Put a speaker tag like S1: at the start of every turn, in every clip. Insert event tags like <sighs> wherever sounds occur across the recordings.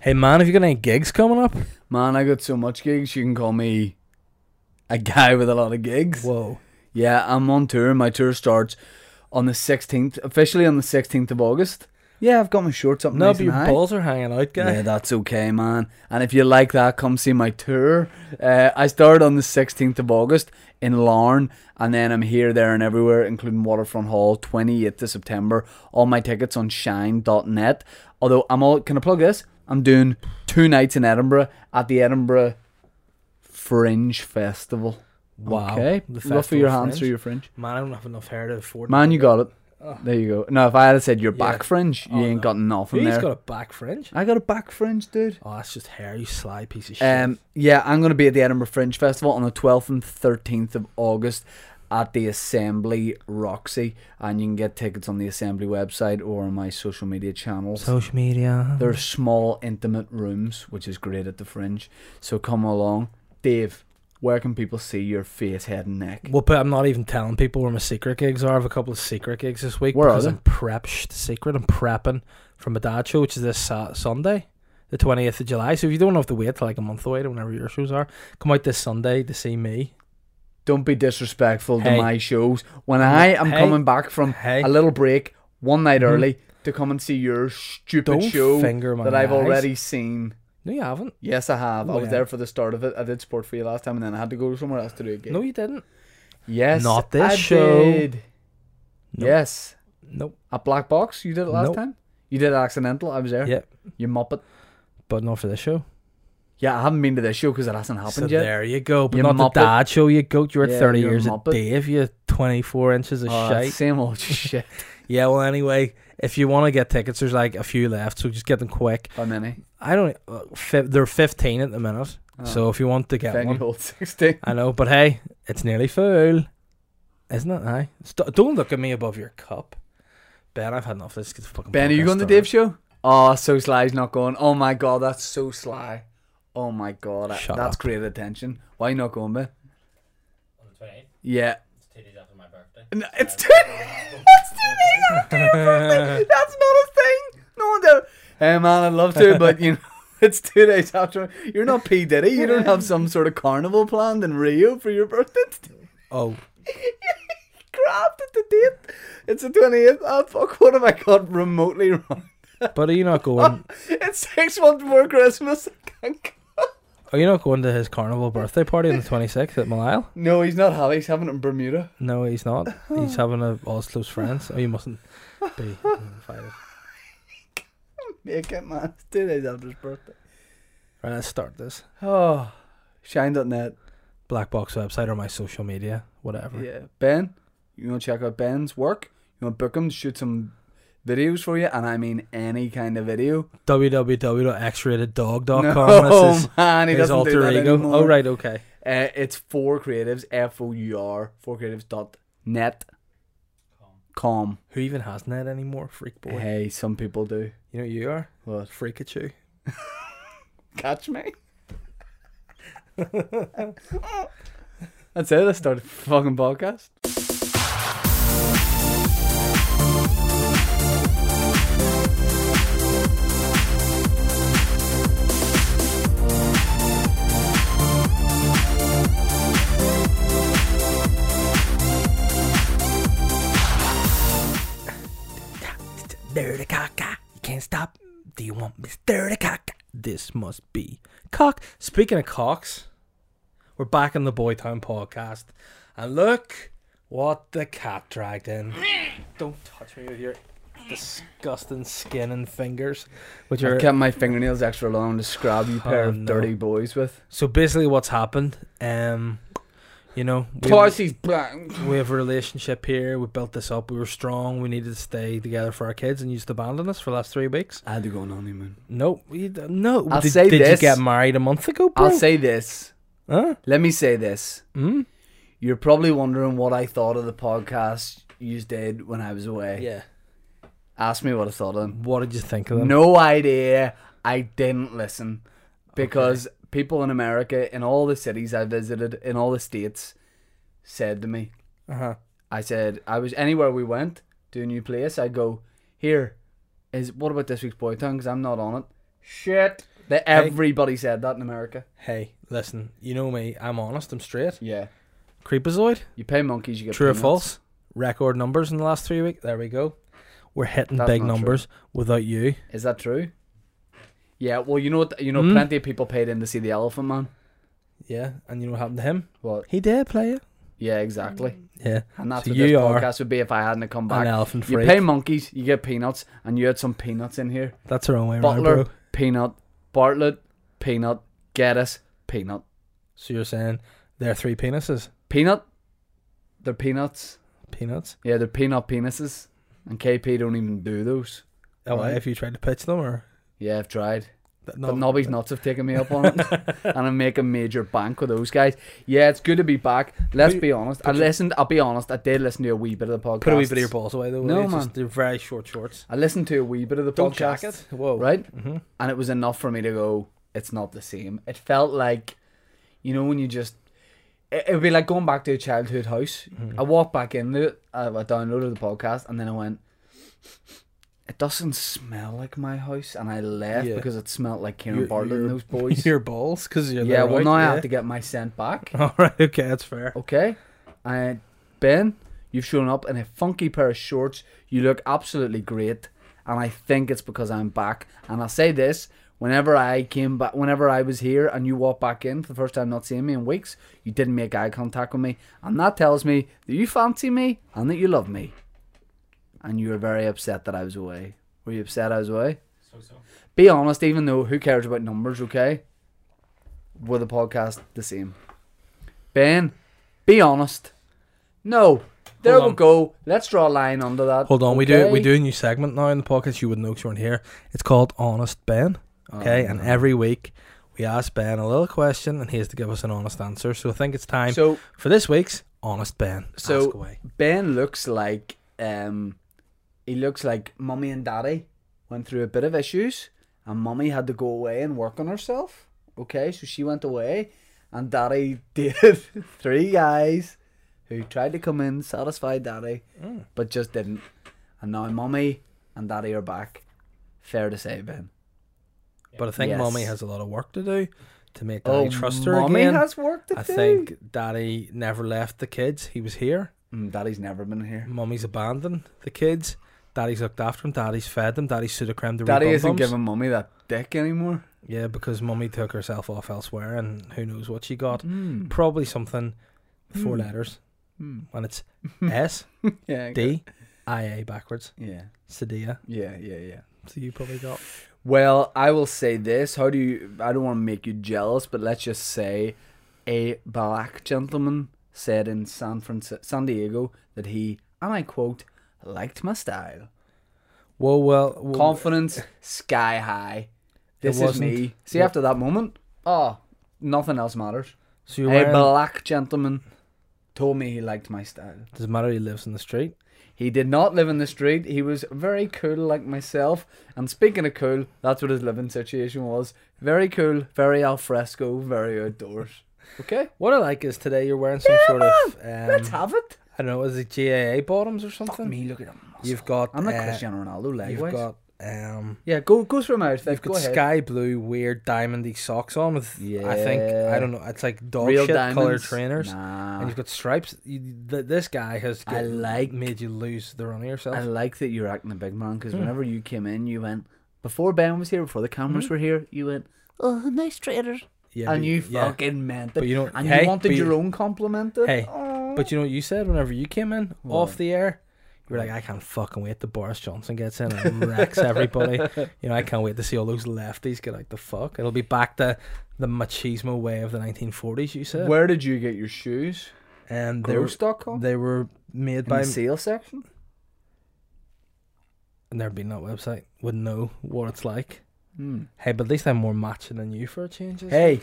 S1: Hey man, have you got any gigs coming up?
S2: Man, I got so much gigs. You can call me a guy with a lot of gigs.
S1: Whoa.
S2: Yeah, I'm on tour. My tour starts on the 16th, officially on the 16th of August. Yeah, I've got my shorts up.
S1: No,
S2: nice
S1: but
S2: and
S1: your
S2: high.
S1: balls are hanging out, guy. <laughs>
S2: Yeah, that's okay, man. And if you like that, come see my tour. Uh, I start on the 16th of August in Larne, and then I'm here, there, and everywhere, including Waterfront Hall, 28th of September. All my tickets on shine.net. Although, I'm all. Can I plug this? I'm doing two nights in Edinburgh at the Edinburgh Fringe Festival.
S1: Wow.
S2: Okay.
S1: The
S2: Rough your
S1: Festival
S2: hands
S1: Fringe.
S2: through your fringe.
S1: Man, I don't have enough hair to afford
S2: Man, you got it.
S1: Oh.
S2: There you go. No, if I had said your back fringe, you
S1: Oh,
S2: ain't
S1: no.
S2: got nothing
S1: He's
S2: there.
S1: got a back fringe.
S2: I got a back fringe, dude.
S1: Oh, that's just hair, you sly piece of shit.
S2: Um, yeah, I'm going to be at the Edinburgh Fringe Festival on the 12th and 13th of August at the Assembly Roxy, and you can get tickets on the Assembly website or on my social media channels.
S1: Social media.
S2: They're small, intimate rooms, which is great at the Fringe. So come along, Dave. Where can people see your face, head, and neck?
S1: Well, but I'm not even telling people where my secret gigs are. I have a couple of secret gigs this week
S2: Where are
S1: because
S2: they?
S1: I'm prep. Shh, the secret. I'm prepping for my dad show, which is this Sat Sunday, the 20th of July. So if you don't have to wait till like a month away to whenever your shows are, come out this Sunday to see me.
S2: Don't be disrespectful
S1: Hey.
S2: to my shows. When I am
S1: Hey.
S2: coming back from
S1: Hey. Mm-hmm.
S2: a little break, one night early, to come and see your stupid
S1: Don't
S2: show
S1: finger my
S2: that I've
S1: eyes.
S2: already seen.
S1: No, you haven't.
S2: Yes, I have. I was
S1: Well.
S2: there for the start of it. I did sport for you last time, and then I had to go somewhere else to do a gig.
S1: No, you didn't.
S2: yes,
S1: Not this
S2: I
S1: show.
S2: Did.
S1: No.
S2: Yes,
S1: Nope.
S2: at Black Box, you did it last
S1: Nope.
S2: time. You did it accidental. I was there.
S1: Yep.
S2: You muppet.
S1: But not for this show.
S2: Yeah, I haven't been to this show because it hasn't happened
S1: so
S2: yet.
S1: there you go. But
S2: You
S1: not
S2: muppet.
S1: the dad show, you goat. You're at
S2: Yeah,
S1: 30
S2: you're a
S1: years
S2: muppet.
S1: of Dave, you 24 inches of
S2: Oh,
S1: shite.
S2: Same old <laughs> shit.
S1: Yeah, well, anyway, if you want to get tickets, there's like a few left, so just get them quick.
S2: How many?
S1: I don't. Uh, fi- they're 15 at the minute,
S2: Oh.
S1: so if you want to get
S2: Then you
S1: one,
S2: hold Ah, <laughs> sixteen.
S1: I know. But hey, it's nearly full, isn't it? Aye. St- don't look at me above your cup, Ben. I've had enough. This gets fucking.
S2: Ben, are you
S1: podcast
S2: going to
S1: started.
S2: Dave's show? Oh, so sly's not going. Oh my god, that's so sly. Oh my god, I-
S1: Shut
S2: that's
S1: up.
S2: created attention. Why you not going, Ben?
S3: On the 28th,
S2: Yeah,
S3: it's two days after my birthday. Um,
S2: No, it's two. it's two days after your birthday.
S1: <laughs>
S2: That's not a thing. No one did. Hey man, I'd love to, but you know, <laughs> it's two days after. You're not P Diddy. You don't have some sort of carnival planned in Rio for your birthday. It's <laughs> two-
S1: Oh,
S2: Crap! It's the date. It's the twentieth. Oh fuck! What have I got remotely <laughs> wrong?
S1: but are you not
S2: <laughs>
S1: going?
S2: It's six months before Christmas. I can't go.
S1: Are you not going to his carnival birthday party on the 26th at Malile?
S2: No, he's not having. He's having it in Bermuda.
S1: No, he's not. He's
S2: Oh.
S1: having a all his close friends. Oh, you mustn't
S2: <laughs>
S1: be invited.
S2: Make it, man. It's two days after his birthday.
S1: Right, let's start this.
S2: Oh, shine.net.
S1: Black box website or my social media, whatever.
S2: Yeah, Ben, you want to check out Ben's work? You want to book him to shoot some videos for you? And I mean any kind of video.
S1: www.xratedDog.com.
S2: <laughs> no,
S1: This is
S2: man, he
S1: his
S2: doesn't
S1: alter
S2: do that
S1: ego.
S2: anymore.
S1: Oh, right, okay.
S2: Uh, it's four creatives. F O U R four creatives dot net com.
S1: Who even has net anymore? Freak boy.
S2: Hey, some people do.
S1: You know who you are?
S2: What?
S1: Freakachu.
S2: Catch me. That's it. Let's start the fucking podcast.
S1: Dirty caca. You can't stop. Do you want this dirty caca? This must be cock. Speaking of cocks, we're back on the Boytown podcast. And look what the cat dragged in. Don't touch me with your disgusting skin and fingers, which are
S2: I've kept my fingernails extra long to scrub you pair
S1: Oh,
S2: of
S1: no.
S2: dirty boys with.
S1: So basically, what's happened? Um, you know, we have,
S2: Parsies black.
S1: we have a relationship here. We built this up. We were strong. We needed to stay together for our kids, and you just abandoned us for the last three weeks.
S2: I had to go on honeymoon.
S1: No, you, d- no.
S2: I'll
S1: did
S2: say
S1: did
S2: this.
S1: you get married a month ago, bro?
S2: I'll say this.
S1: Huh?
S2: Let me say this.
S1: Mm?
S2: You're probably wondering what I thought of the podcast you did when I was away.
S1: Yeah.
S2: Ask me what I thought of them.
S1: What did you think of them?
S2: No idea. I didn't listen because people in America, in all the cities I visited, in all the states, said to me,
S1: Uh huh.
S2: I said, I was anywhere we went to a new place, I go, here is, what about this week's boy town? Because I'm not on it. Shit. They, everybody said that in America.
S1: Hey, listen, you know me. I'm honest. I'm straight.
S2: Yeah.
S1: Creepazoid.
S2: You pay monkeys, you get
S1: True or
S2: peanuts.
S1: false? Record numbers in the last three weeks. There we go. We're hitting
S2: That's
S1: big
S2: not true.
S1: numbers without you.
S2: Is that true? Yeah. Well, you know what? You know,
S1: Hmm?
S2: plenty of people paid in to see the Elephant Man.
S1: Yeah, and you know what happened to him?
S2: What?
S1: He did play it.
S2: Yeah, exactly.
S1: Yeah,
S2: And that's
S1: So
S2: what this
S1: you are
S2: podcast would be if I hadn't come
S1: an
S2: back.
S1: elephant
S2: You
S1: freak.
S2: pay monkeys, you get peanuts, and you had some peanuts in here.
S1: That's the wrong way around,
S2: Butler,
S1: bro.
S2: peanut. Bartlett, peanut. Geddes, peanut.
S1: So you're saying they're three penises?
S2: Peanut. They're peanuts.
S1: Peanuts?
S2: Yeah, they're peanut penises. And KP don't even do those.
S1: Oh,
S2: Right.
S1: if you tried to pitch them or
S2: Yeah, I've tried.
S1: Th-
S2: But Nobby's nuts have taken me up on
S1: <laughs>
S2: it. and I'm making major bank with those guys. Yeah, it's good to be back. Let's
S1: Put-
S2: be honest. I
S1: put your-
S2: listened, I'll be honest, I did listen to a wee bit of the podcast.
S1: Put a wee bit of your balls away though. will
S2: No,
S1: you? Just-
S2: man.
S1: they're very short shorts.
S2: I listened to a wee bit of the
S1: Don't
S2: podcast.
S1: jack it. Whoa.
S2: Right?
S1: Mm-hmm.
S2: and it was enough for me to go it's not the same it felt like you know when you just it, it would be like going back to a childhood house i <laughs> walked back in it I, I downloaded the podcast and then i went it doesn't smell like my house and i left
S1: Yeah.
S2: because it smelled like kieran
S1: Your-
S2: bartlett
S1: your-
S2: and those
S1: <laughs>
S2: boys
S1: Your balls, because you're
S2: yeah
S1: there,
S2: well
S1: right?
S2: now i
S1: Yeah.
S2: have to get my scent back <laughs>
S1: All right. Okay, that's fair.
S2: okay and ben you've shown up in a funky pair of shorts you look absolutely great and i think it's because i'm back and i'll say this whenever i came back whenever i was here and you walked back in for the first time not seeing me in weeks you didn't make eye contact with me and that tells me that you fancy me and that you love me and you were very upset that i was away were you upset i was away
S3: So so.
S2: be honest even though who cares about numbers okay were the podcast the same ben be honest no there
S1: Hold
S2: we
S1: on.
S2: go let's draw a line under that
S1: Hold on, we do we
S2: okay?
S1: do a new segment now in the podcast. You wouldn't know 'cause you weren't here. It's called Honest Ben. Okay,
S2: Oh,
S1: and
S2: no.
S1: every week we ask Ben a little question, and he has to give us an honest answer. So I think it's time
S2: so
S1: for this week's Honest Ben.
S2: So-
S1: Ask away.
S2: ben looks like um he looks like mummy and daddy went through a bit of issues and mummy had to go away and work on herself okay so she went away and daddy <laughs> dated three guys who tried to come in satisfy daddy
S1: Mm.
S2: but just didn't. And now mommy and daddy are back. Fair to say, Ben.
S1: But I think
S2: Yes.
S1: Mommy has a lot of work to do to make Daddy Oh, trust her
S2: mommy
S1: again.
S2: has work to
S1: I
S2: do.
S1: think Daddy never left the kids. He was here.
S2: Mm, daddy's never been here.
S1: Mommy's abandoned the kids. Daddy's looked after them. Daddy's fed them. Daddy's pseudocreme to
S2: Daddy
S1: rebum
S2: isn't
S1: bums.
S2: giving mommy that dick anymore.
S1: Yeah, because Mummy took herself off elsewhere, and who knows what she got. Probably something with four
S2: Hmm.
S1: letters,
S2: Hmm.
S1: and
S2: <laughs>
S1: it's S
S2: Yeah.
S1: D I A backwards.
S2: Yeah.
S1: Sadia.
S2: Yeah. Yeah. Yeah.
S1: So you probably got.
S2: Well, I will say this. How do you? I don't want to make you jealous, but let's just say, a black gentleman said in San Francisco, San Diego, that he, and I quote, liked my style.
S1: Well, well, well
S2: confidence sky high. This is
S1: wasn't-
S2: me. See,
S1: Yeah.
S2: after that moment, oh, nothing else matters.
S1: so you're
S2: A
S1: wearing,
S2: black gentleman told me he liked my style.
S1: doesn't matter. He lives in the street.
S2: He did not live in the street. He was very cool, like myself. And speaking of cool, that's what his living situation was. Very cool, very alfresco, very outdoors. Okay,
S1: What I like is today you're wearing some sort
S2: <laughs>
S1: of
S2: let's
S1: um,
S2: have it.
S1: I don't know, is it GAA bottoms or something?
S2: Me, look at him.
S1: You've got
S2: I'm like
S1: uh,
S2: Cristiano Ronaldo, leg
S1: You've
S2: wise.
S1: got um.
S2: yeah, go go through my outfit.
S1: You've
S2: go
S1: got
S2: ahead.
S1: sky blue, weird diamondy socks on with. I think I
S2: Yeah.
S1: don't know. It's like dog
S2: Real
S1: shit color
S2: diamonds?
S1: trainers.
S2: Nah.
S1: And you've got stripes. You, th- this guy has
S2: I
S1: got-
S2: like-
S1: made you lose the run of yourself.
S2: I like that you're acting a big man
S1: Hmm.
S2: because whenever you came in, you went before Ben was here, before the cameras were here, you went, "Oh, nice trader,"
S1: Hmm. yeah,
S2: and
S1: but-
S2: you
S1: yeah.
S2: fucking meant it.
S1: But you don't-
S2: and
S1: hey,
S2: you wanted
S1: but you-
S2: your own compliment. It.
S1: Hey,
S2: Aw.
S1: But you know what you said whenever you came in off the air? You were like, I can't fucking wait till Boris Johnson gets in and wrecks
S2: <laughs>
S1: everybody. You know, I can't wait to see all those lefties get out the fuck. It'll be back to the machismo way of the 1940s, you said.
S2: where did you get your shoes?
S1: and they were,
S2: Gross.com.
S1: they were made
S2: In
S1: by.
S2: the sale section.
S1: I've never been that website. Wouldn't know what it's like.
S2: Hmm.
S1: Hey, but at least I'm more matching than you for a change. isn't it?
S2: Hey,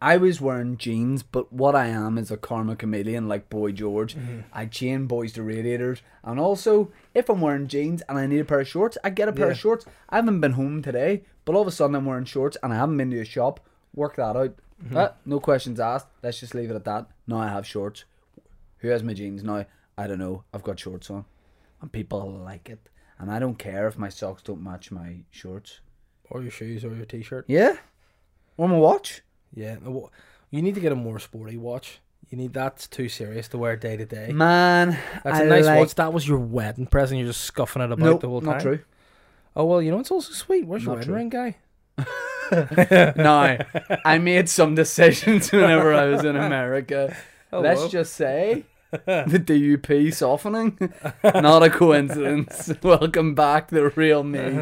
S2: I was wearing jeans, but what I am is a karma chameleon like Boy George. I chain boys to radiators. And also, if I'm wearing jeans and I need a pair of shorts, I get a pair of
S1: Yeah.
S2: shorts. I haven't been home today, but all of a sudden I'm wearing shorts and I haven't been to a shop. Work that out. Uh, no questions asked. Let's just leave it at that. Now I have shorts. Who has my jeans now? I don't know. I've got shorts on. And people like it. And I don't care if my socks don't match my shorts.
S1: Or your shoes or your t shirt.
S2: Yeah? Want my watch?
S1: Yeah, no, wha- you need to get a more sporty watch. You need that's too serious to wear day to day.
S2: Man,
S1: That's
S2: a
S1: a nice
S2: Mm, like,
S1: watch. That was your wedding present. You're just scuffing it about
S2: Nope,
S1: the whole time.
S2: not true.
S1: Oh well, you know it's also sweet. Where's your
S2: Not
S1: wedding
S2: true.
S1: ring, guy?
S2: no, I made some decisions <laughs> whenever I was in America. Let's
S1: Hello. <laughs>
S2: just say the DUP softening, not a coincidence. <laughs> Welcome back, the
S1: <laughs>
S2: real me.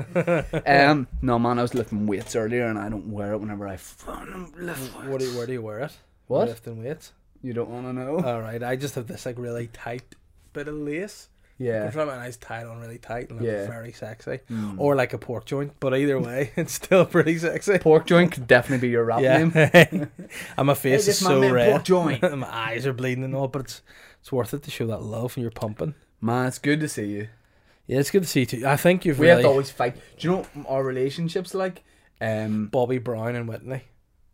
S2: Um, no man, I was lifting weights earlier, and I don't wear it whenever I fucking lift weights.
S1: What do you, where do you wear Uh, it?
S2: What?
S1: Lifting weights.
S2: You don't want to know?
S1: All right, I just have this like really tight bit of lace.
S2: yeah.
S1: I'm trying my eyes tied on really tight and look
S2: Yeah.
S1: very sexy,
S2: Mm.
S1: or like a pork joint. But either way, <laughs> it's still pretty sexy.
S2: pork joint could definitely be your rap name.
S1: Yeah, <laughs> and my face
S2: Hey,
S1: is
S2: this my
S1: so
S2: man,
S1: red.
S2: pork
S1: <laughs>
S2: joint.
S1: my eyes are bleeding and all, but it's it's worth it to show that love and you're pumping.
S2: Man, it's good to see you.
S1: Yeah, it's good to see you. Too. I think you've
S2: We have
S1: really
S2: to always fight. Do you know what our relationships like? Um,
S1: Bobby Brown and Whitney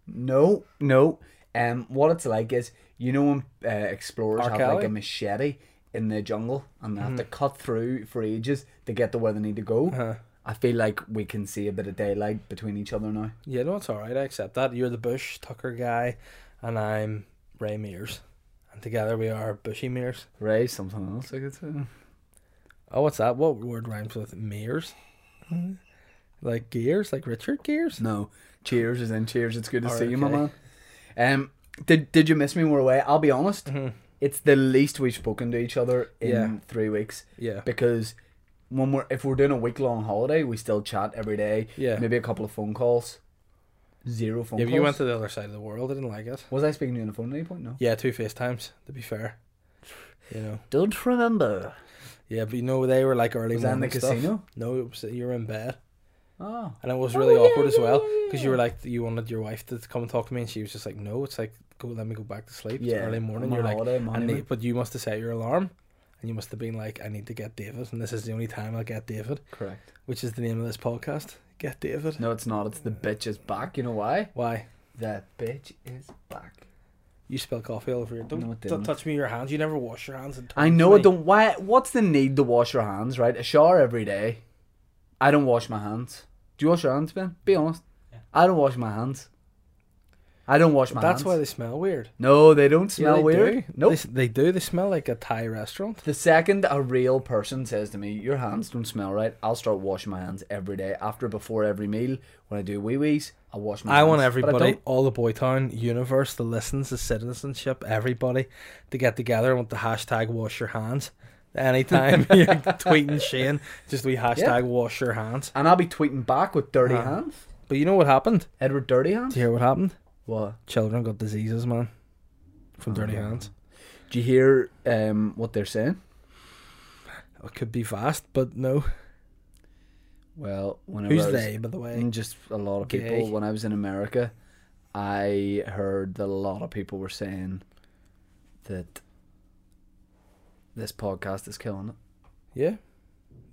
S2: no, no. Um, what it's like is you know when uh, explorers
S1: R.
S2: have like
S1: Kelly?
S2: a machete in the jungle and they have to cut through for ages to get to where they need to go.
S1: Mm-hmm. Uh-huh.
S2: I feel like we can see a bit of daylight between each other now.
S1: Yeah, no, it's all right. I accept that. You're the Bush Tucker guy, and I'm Ray Mears, and together we are Bushy Mears.
S2: Ray, something else I could say.
S1: Oh, what's that? What word rhymes with Mears? Like gears, like Richard Gears.
S2: No, cheers is in cheers. It's good to
S1: All
S2: see
S1: right,
S2: you, my man.
S1: okay.
S2: Um, did did you miss me when we were away? I'll be honest. It's the least we've spoken to each other in
S1: Mm-hmm. Yeah.
S2: three weeks.
S1: Yeah.
S2: because when we're if we're doing a week long holiday, we still chat every day.
S1: Yeah.
S2: maybe a couple of phone calls, zero phone
S1: Yeah, but
S2: calls.
S1: you went to the other side of the world. I didn't like it.
S2: Was I speaking to you on the phone at any point? No.
S1: Yeah, two FaceTimes. To be fair, you know.
S2: Don't remember.
S1: Yeah, but you know they were like early
S2: Was that in the
S1: morning stuff. Ah.
S2: casino?
S1: No, it was, you were in bed,
S2: Oh.
S1: and it was
S2: Oh,
S1: really
S2: yeah,
S1: awkward as
S2: yeah,
S1: well
S2: yeah,
S1: because you were like you wanted your wife to come and talk to me, and she was just like, "No, it's like go, let me go back to sleep."
S2: Yeah,
S1: it's early morning.
S2: I'm on
S1: You're like,
S2: holiday, I'm
S1: I
S2: on
S1: need-
S2: honeymoon.
S1: but you must have set your alarm, and you must have been like, "I need to get David, and this is the only time I'll get David,"
S2: Correct.
S1: which is the name of this podcast. Get David.
S2: No, it's not. It's the bitch is back. You know why?
S1: Why?
S2: The bitch is back.
S1: You spill coffee all over your. Don't,
S2: No, it
S1: don't
S2: didn't.
S1: touch me with your hands. You never wash your hands. And
S2: I know. I
S1: it
S2: don't. Why? What's the need to wash your hands? Right, a shower every day. I don't wash my hands. Do you wash your hands, Ben? Be honest. I don't wash my hands. I don't wash my
S1: That's
S2: hands.
S1: why they smell weird.
S2: No, they don't smell
S1: they
S2: weird.
S1: Do.
S2: Nope.
S1: They, s- they do. They smell like a Thai restaurant.
S2: The second a real person says to me, "Your hands don't smell right," I'll start washing my hands every day after, before every meal. When I do wee wees, I wash my.
S1: I
S2: hands.
S1: want
S2: But
S1: everybody,
S2: don't.
S1: all the Boytown universe, the listens, the citizenship, everybody to get together with the hashtag wash your hands.
S2: <laughs>
S1: Anytime you're tweeting Shane, just we hashtag
S2: Yeah.
S1: wash your hands.
S2: and I'll be tweeting back with dirty
S1: Uh-huh.
S2: hands.
S1: But you know what happened?
S2: Edward, dirty hands.
S1: Do you hear what happened?
S2: What?
S1: Children got diseases, man. From dirty
S2: Uh-huh.
S1: hands.
S2: Do you hear um, what they're saying?
S1: It could be fast, but no.
S2: Well, whenever
S1: Who's
S2: I was-
S1: they, by the way?
S2: And just a lot of people.
S1: Gay.
S2: When I was in America, I heard that a lot of people were saying that this podcast is killing it.
S1: Yeah.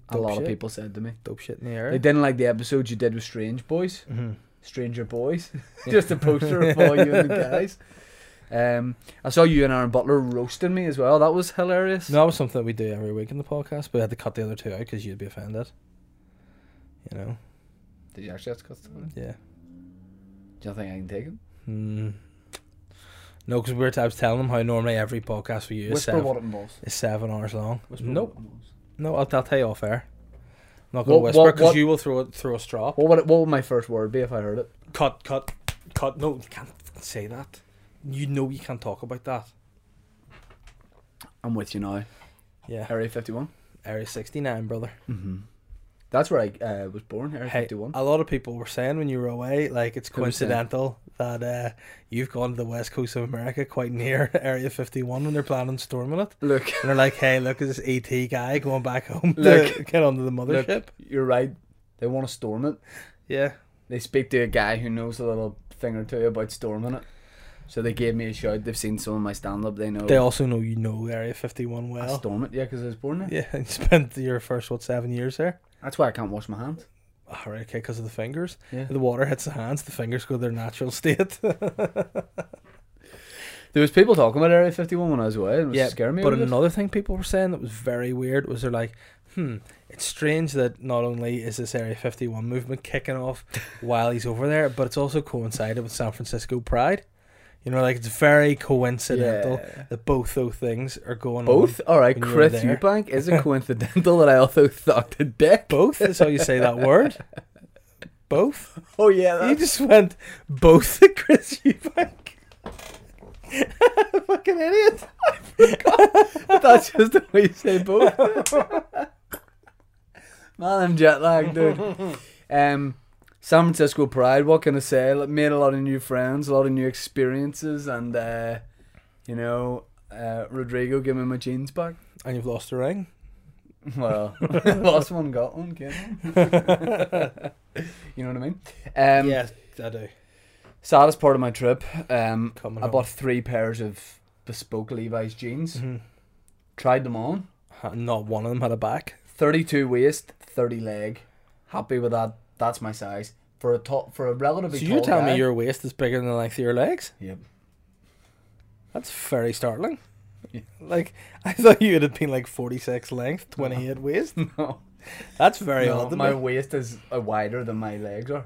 S2: a
S1: Dope
S2: lot
S1: shit.
S2: of people said to me.
S1: Dope shit in the
S2: They
S1: air.
S2: didn't like the episodes you did with Strange Boys.
S1: Mhm.
S2: Stranger Boys. <laughs> Just a poster of all you and the
S1: <laughs>
S2: guys. Um, I saw you and Aaron Butler roasting me as well. That was hilarious.
S1: No, that was something we do every week in the podcast, but we had to cut the other two out because you'd be offended. You know?
S2: Did you actually have to cut something?
S1: Yeah.
S2: Do you think I can take him?
S1: Mm. No, because we were I was telling them how normally every podcast for you is
S2: Whisper
S1: seven,
S2: what it involves.
S1: is seven hours long.
S2: Whisper
S1: nope.
S2: What, it involves.
S1: No, I'll, I'll tell you off air. I'm not going to
S2: What-
S1: whisper
S2: what-
S1: because
S2: what-
S1: you will throw a- throw a straw.
S2: What would, it, what would my first word be if I heard it?
S1: Cut, cut, cut. No, you can't say that. You know you can't talk about that.
S2: I'm with you now.
S1: Yeah.
S2: Area 51.
S1: Area 69, brother.
S2: Mm-hmm. That's where I uh, was born, Area
S1: Hey,
S2: 51.
S1: a lot of people were saying when you were away, like it's
S2: Who was saying?
S1: coincidental that uh, you've gone to the west coast of America quite near <laughs> Area 51 when they're planning on storming it.
S2: Look,
S1: And they're like, hey, look, is this ET guy going back home to
S2: Look.
S1: get onto the mothership?
S2: look, <laughs> you're right. They want to storm it.
S1: Yeah.
S2: They speak to a guy who knows a little thing or two about storming it. So they gave me a shout. They've seen some of my stand up. They know.
S1: They also know you know Area 51
S2: I
S1: well.
S2: storm it, yeah, because I was born there.
S1: <laughs> Yeah, and you spent your first, what, seven years there?
S2: That's why I can't wash my hands.
S1: All right, okay, because of the fingers.
S2: Yeah.
S1: The water hits the hands, the fingers go to their natural <laughs> state.
S2: There was people talking about Area 51 when I was away, and it was scaring me.
S1: But
S2: a bit.
S1: another thing people were saying that was very weird was they're like, hmm, it's strange that not only is this Area 51 movement kicking
S2: <laughs>
S1: off while he's over there, but it's also coincided with San Francisco Pride. You know, like it's very coincidental
S2: Yeah.
S1: that both those things are going on.
S2: Both? Alright,
S1: when you were
S2: Chris
S1: there.
S2: Eubank. Is it coincidental that I also <laughs> sucked a dick?
S1: Both is how you say that
S2: <laughs>
S1: word. Both?
S2: Oh, yeah.
S1: You
S2: That's...
S1: just went both at Chris Eubank. <laughs> Fucking idiot.
S2: That's just the way you say both. <laughs> Man, I'm jet lagged, dude. Um, San Francisco Pride. What can I say? Like, Made a lot of new friends, a lot of new experiences, and uh, you know, uh, Rodrigo gave me my jeans back. <laughs>
S1: And you've lost a ring.
S2: Well, <laughs> lost one, got one, kid. you <laughs> know what I mean? Um,
S1: yes, I do.
S2: Saddest part of my trip. Um,
S1: Coming
S2: I
S1: home.
S2: bought three pairs of bespoke Levi's jeans.
S1: Mhm.
S2: Tried them on.
S1: Ha- Not one of them had a back.
S2: 32 waist, 30 leg. Happy with that. That's my size for a tall, for a relatively
S1: So
S2: tall
S1: you're telling
S2: guy.
S1: me your waist is bigger than the length of your legs?
S2: Yep. <laughs>
S1: That's very startling.
S2: Yeah.
S1: Like I thought you would have been like 46 length, 28 waist.
S2: No,
S1: That's very
S2: no,
S1: odd. to
S2: my
S1: me.
S2: waist is uh, wider than my legs are.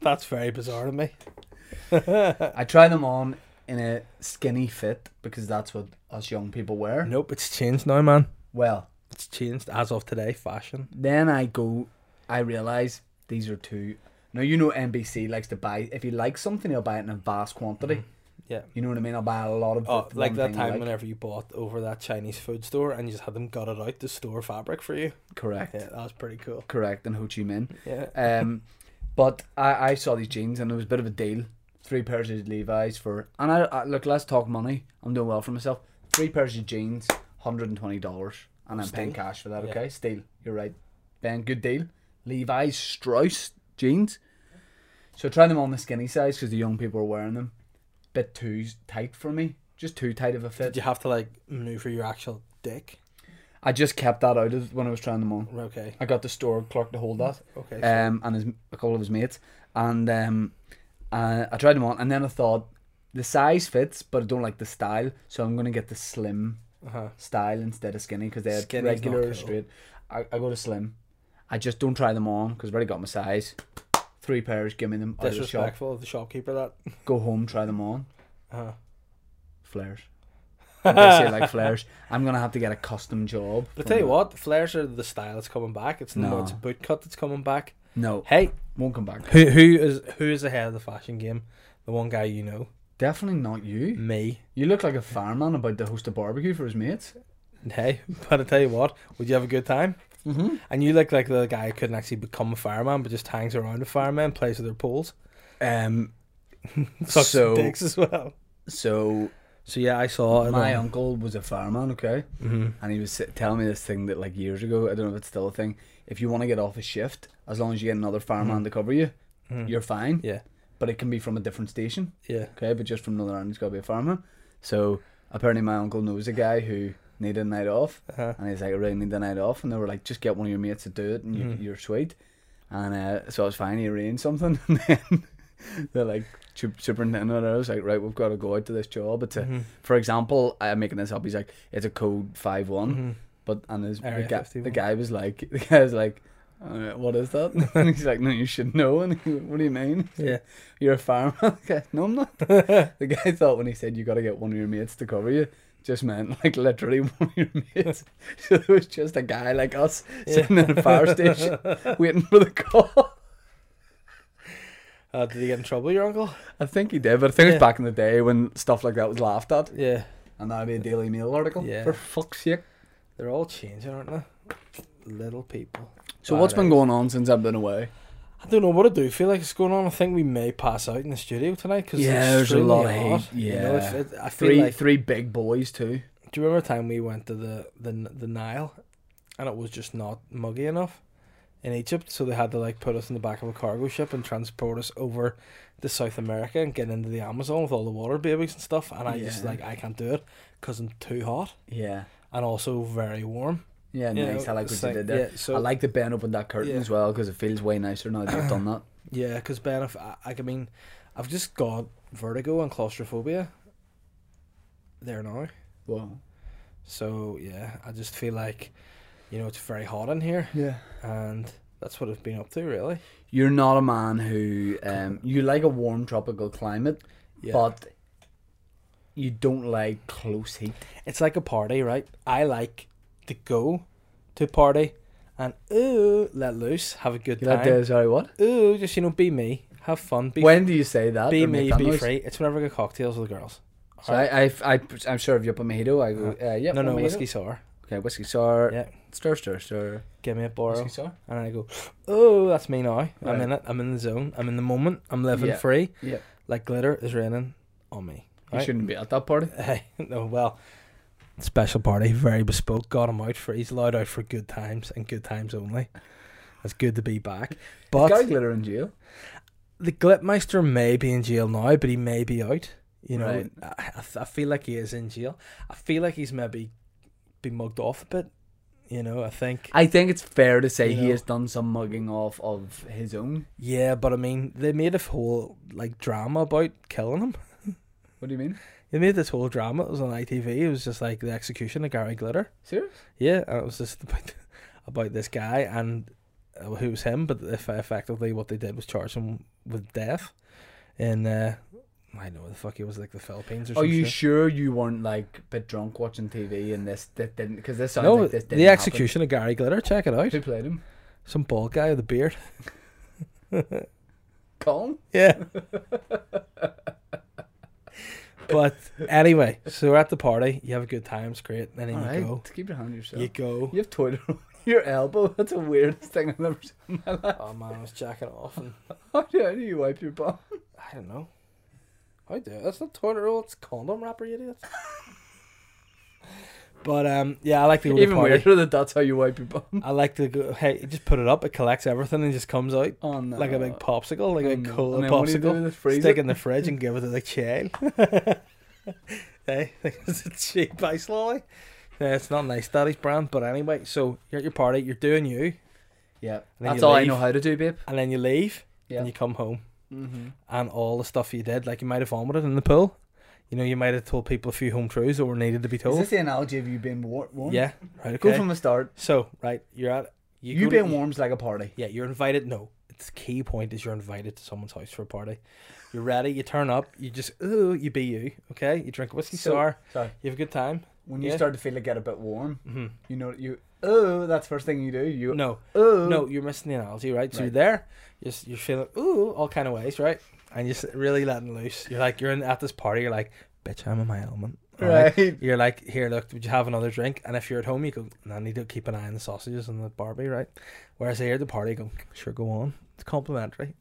S1: That's very bizarre to me. Uh.
S2: I try them on in a skinny fit because that's what us young people wear.
S1: Nope, it's changed now, man.
S2: Well,
S1: It's changed as of today. Fashion.
S2: then I go, I realize these are two. Now you know NBC likes to buy. If you like something, he'll buy it in a vast quantity.
S1: Yeah.
S2: You know what I mean? I'll buy a lot of.
S1: Mm-hmm. Oh,
S2: the
S1: like
S2: one
S1: that
S2: thing I
S1: time
S2: like.
S1: whenever you bought over that Chinese food store and you just had them gut it out the store fabric for you.
S2: Correct.
S1: Yeah, that was pretty cool.
S2: Correct. In Ho Chi Minh.
S1: Yeah. Uh,
S2: Um, but I, I saw these jeans and it was a bit of a deal. Three pairs of Levi's for and I, I look. Let's talk money. I'm doing well for myself. Three pairs of jeans, hundred and twenty dollars, and I'm paying
S1: Steal.
S2: cash for that.
S1: Yeah.
S2: Okay, steal. You're right, Ben. Good deal. Levi's Strauss jeans. So I tried them on the skinny size because the young people are wearing them. Bit too tight for me. Just too tight of a
S1: Did
S2: fit.
S1: you have to like maneuver your actual dick?
S2: I just kept that out of when I was trying them on.
S1: Okay.
S2: I got the store clerk to hold that.
S1: Okay.
S2: um, and his, a couple of his mates. And um, uh, I tried them on, and then I thought the size fits, but I don't like the style, so I'm gonna get the slim
S1: uh-huh.
S2: style instead of skinny because they're
S1: Skinny's not
S2: regular
S1: cool.
S2: straight. I, I go to slim. I just don't try them on because I've already got my size. Three pairs, give me them out of the shop.
S1: Disrespectful of the shopkeeper. That.
S2: Go home, try them on.
S1: Uh-huh. <laughs>
S2: Flares. I'm gonna say it like flares. I'm gonna have to get a custom job.
S1: But I
S2: from
S1: tell you
S2: the-
S1: what, the flares are the style that's coming back. It's
S2: No.
S1: no. it's a boot cut that's coming back.
S2: No,
S1: Hey,
S2: won't come back.
S1: who who is who is ahead of the fashion game? The one guy you know,
S2: Definitely not you.
S1: me.
S2: You look like a fireman about to host a barbecue for his mates.
S1: Hey, <laughs> but I tell you what, would you have a good time?
S2: Mm-hmm.
S1: And you look like the guy who couldn't actually become a fireman, but just hangs around with firemen, plays with their poles,
S2: Um.
S1: sucks
S2: So-
S1: dicks as well.
S2: So
S1: So yeah, I saw it
S2: my
S1: on-
S2: uncle was a fireman, okay,
S1: Mhm.
S2: and he was sit- telling me this thing that like years ago. I don't know if it's still a thing. If you want to get off a shift, as long as you get another fireman to cover you,
S1: Mhm.
S2: you're fine.
S1: Yeah.
S2: But it can be from a different station,
S1: Yeah,
S2: okay? But just from another end, it's got to be a fireman. So apparently, my uncle knows a guy who needed a night off,
S1: uh-huh.
S2: and he's like, "I really need a night off," and they were like, "Just get one of your mates to do it, and you,
S1: Mhm.
S2: you're sweet." And uh, so I was fine. He arranged something, <laughs> and then they're like. "Sup- Superintendent, I was like, right, we've got to go out to this job. It's a
S1: Mhm.
S2: for example, I'm making this up. He's like, it's a code five one,
S1: Mhm.
S2: but and his, the,
S1: Area
S2: guy,
S1: 51.
S2: the guy was like, <laughs> the guy was like, uh, what is that? <laughs> and he's like, no, you should know. <laughs> And he went, what do you mean?
S1: yeah.
S2: You're a <laughs> fireman. The guy, no, I'm
S1: <laughs>
S2: not. the guy thought when he said you got to get one of your mates to cover you, just meant like literally <laughs> one of your mates. <laughs> so there was just a guy like us sitting in
S1: <laughs>
S2: a fire station waiting for the call.
S1: Uh, did he get in trouble, your uncle?
S2: I think he did, but I think it
S1: Yeah.
S2: was back in the day when stuff like that was laughed at,
S1: Yeah,
S2: and that'd be a Daily Mail article.
S1: Yeah.
S2: For fuck's sake.
S1: they're all changing, aren't they? Little people.
S2: So
S1: Bad
S2: what's been
S1: eggs.
S2: going on since I've been away?
S1: I don't know what I do feel like it's going on. I think we may pass out in the studio tonight because
S2: Yeah, there's a lot of heat.
S1: You know,
S2: Yeah.
S1: it's- it- I feel
S2: Three
S1: like.
S2: three big boys too.
S1: Do you remember a time we went to the, the the Nile, and it was just not muggy enough in Egypt, so they had to like put us in the back of a cargo ship and transport us over to South America and get into the Amazon with all the water babies and stuff. And I just
S2: Yeah.
S1: like I can't do it because I'm too hot
S2: Yeah.
S1: and also very warm.
S2: Yeah,
S1: you
S2: nice.
S1: know,
S2: I like what
S1: it's
S2: you
S1: like-
S2: did there.
S1: yeah, so-
S2: I like the band up on that curtain
S1: Yeah.
S2: as well because it feels way nicer now that
S1: <clears throat>
S2: you've done that.
S1: Yeah, because Ben, if I, I mean, I've just got vertigo and claustrophobia. There now.
S2: Wow.
S1: So yeah, I just feel like, you know, it's very hot in here,
S2: Yeah.
S1: and that's what I've been up to really.
S2: You're not a man who um you like a warm tropical climate,
S1: Yeah.
S2: but you don't like close heat.
S1: It's like a party, right? I like to go to a party and ooh let loose, have a good
S2: You like
S1: time.
S2: to sorry what?
S1: Ooh, just you know, be me, have fun, be
S2: when do you say that?
S1: be
S2: or make
S1: me,
S2: that
S1: be
S2: noise?
S1: free. It's whenever I go cocktails with the girls.
S2: So I, I, I, I'm served you up a mojito. I go, uh, yeah,
S1: Uh-huh. no, no,
S2: mojito.
S1: whiskey sour.
S2: Okay, whiskey sour.
S1: Yeah,
S2: Stir, stir, stir.
S1: give me a borrow.
S2: sour.
S1: And I go, oh, that's me now. I'm
S2: Right.
S1: in it. I'm in the zone. I'm in the moment. I'm living
S2: Yeah.
S1: free.
S2: Yeah.
S1: Like glitter is raining on me.
S2: You
S1: Right?
S2: shouldn't be at that party.
S1: Hey, no, well, special party, very bespoke. Got him out for he's allowed out for good times and good times only. It's good to be back,
S2: But Guy
S1: but
S2: Glitter in jail.
S1: the Glitmeister may be in jail now, but he may be out. You know,
S2: Right.
S1: I, I f- I feel like he is in jail. I feel like he's maybe been mugged off a bit. You know, I think.
S2: I think it's fair to say
S1: You
S2: he
S1: know.
S2: has done some mugging off of his own.
S1: Yeah, but I mean, they made a whole like drama about killing him.
S2: What do you mean?
S1: They made this whole drama. It was on ITV. It was just like the execution of Gary Glitter.
S2: Serious?
S1: Yeah, and it was just <laughs> about about this guy and uh, who was him, but if effectively what they did was charge him with death. In uh, I know the fuck he was like the Philippines or
S2: Are
S1: something.
S2: Oh, you sure you weren't like a bit drunk watching TV and this that didn't? Because this sounds
S1: no,
S2: like this didn't
S1: the
S2: happen.
S1: execution of Gary Glitter. Check it out.
S2: Who played him?
S1: Some bald guy with a beard.
S2: Colin.
S1: Yeah. but anyway, so we're at the party. You have a good time. It's great. Then
S2: All
S1: you
S2: right,
S1: go.
S2: keep your hand on yourself.
S1: You
S2: You,
S1: go.
S2: have toilet <laughs> roll on your elbow. That's the weirdest thing I've ever seen. <laughs>
S1: Oh man, I was jacking off and
S2: How do how do you wipe your bum?
S1: I don't know. I do. That's not toilet roll. It's condom wrapper, you
S2: <laughs>
S1: idiot. but um, yeah, I like to go to the
S2: Even
S1: party.
S2: weirder that that's how you wipe your bum.
S1: I like to go. Hey, you just put it up. It collects everything and just comes out
S2: Oh
S1: <laughs>
S2: no!
S1: like a big popsicle, like
S2: Oh,
S1: a
S2: no.
S1: cola
S2: And then what do you do
S1: popsicle.
S2: with it? Freeze
S1: Stick
S2: it?
S1: in the fridge and give it to the child. <laughs> hey, <laughs> it's a cheap ice lolly. Yeah, it's not nice, Daddy's brand. But anyway, so you're at your party. You're doing you,
S2: <laughs> Yeah,
S1: then
S2: that's
S1: you
S2: all I
S1: leave.
S2: know how to do, babe.
S1: and then you leave,
S2: Yeah.
S1: and you come home.
S2: Mm-hmm.
S1: and all the stuff you did. Like you might have vomited in the pool. You know, you might have told people a few home truths that were needed to be
S2: Is
S1: told.
S2: this the analogy of you being war- warm?
S1: Yeah, right.
S2: Go
S1: Okay.
S2: from the start.
S1: so right, you're at
S2: You,
S1: go to- e
S2: being warm's like a party.
S1: Yeah, you're invited. No, it's key point is you're invited to someone's house for a party. You're ready. You turn up. You just ooh, you be you. Okay, you drink whiskey
S2: So-
S1: sour.
S2: Sorry.
S1: You have a good time.
S2: When you
S1: Yeah.
S2: start to feel it get a bit warm,
S1: hmm
S2: you know you. Oh, that's first thing you do. You
S1: No,
S2: oh
S1: no, you're missing the analogy, right? So
S2: Right.
S1: you're there. You're, s- you're feeling ooh all kind of ways, right? And you're s- really letting loose. You're like you're in at this party. You're like, bitch, I'm in my element. all right?
S2: right.
S1: you're like, here, look, would you have another drink? And if you're at home, you go, no, I need to keep an eye on the sausages and the barbie, right? Whereas here at the party, you go, sure, go on. It's complimentary.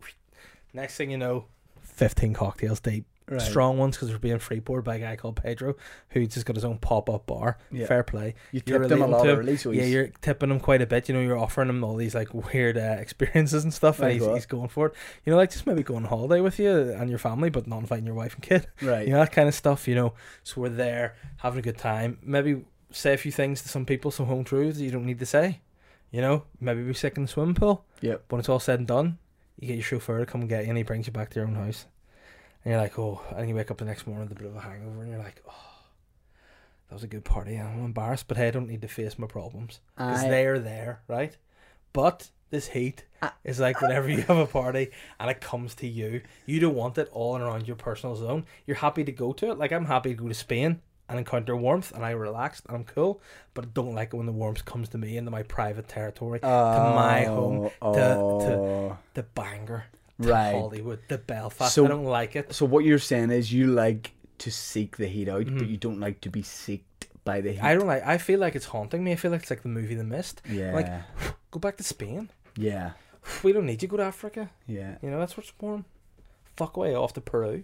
S1: Next thing you know, 15 cocktails deep.
S2: Right.
S1: Strong ones because we're being freeboard by a guy called Pedro, who just got his own pop up bar.
S2: Yeah.
S1: Fair play.
S2: You
S1: You're
S2: tipped him a
S1: relating
S2: lot
S1: to him.
S2: early, so
S1: Yeah,
S2: he's-
S1: you're tipping him quite a bit. You know, you're offering him all these like weird uh, experiences and stuff,
S2: Like
S1: and he's,
S2: what?
S1: he's going for it. You know, like just maybe going on holiday with you and your family, but not inviting your wife and kid
S2: right.
S1: you know that kind of stuff you know so we're there having a good time maybe say a few things to some people some home truths that you don't need to say you know maybe be sick in the swimming pool
S2: Yep.
S1: when it's all said and done you get your chauffeur to come and get you and he brings you back to your own house and you're like oh and you wake up the next morning with a bit of a hangover and you're like oh that was a good party i'm embarrassed but hey i don't need to face my problems because
S2: I-
S1: they're there right but this heat is like whenever you have a party and it comes to you, you don't want it all around your personal zone. You're happy to go to it. Like I'm happy to go to Spain and encounter warmth and I relaxed and I'm cool, but I don't like it when the warmth comes to me into my private territory,
S2: Uh,
S1: to my home,
S2: Oh,
S1: to, to
S2: oh.
S1: the banger, to
S2: Right.
S1: Hollywood, to Belfast.
S2: So-
S1: I don't like it.
S2: So what you're saying is you like to seek the heat out, but you don't like to be seeked by the heat.
S1: Mm-hmm. I don't like. I feel like it's haunting me. I feel like it's like the movie The Mist.
S2: yeah.
S1: Like, go back to Spain.
S2: yeah.
S1: We don't need you. Go to Africa.
S2: Yeah.
S1: You know that's what's warm. Fuck away off to Peru.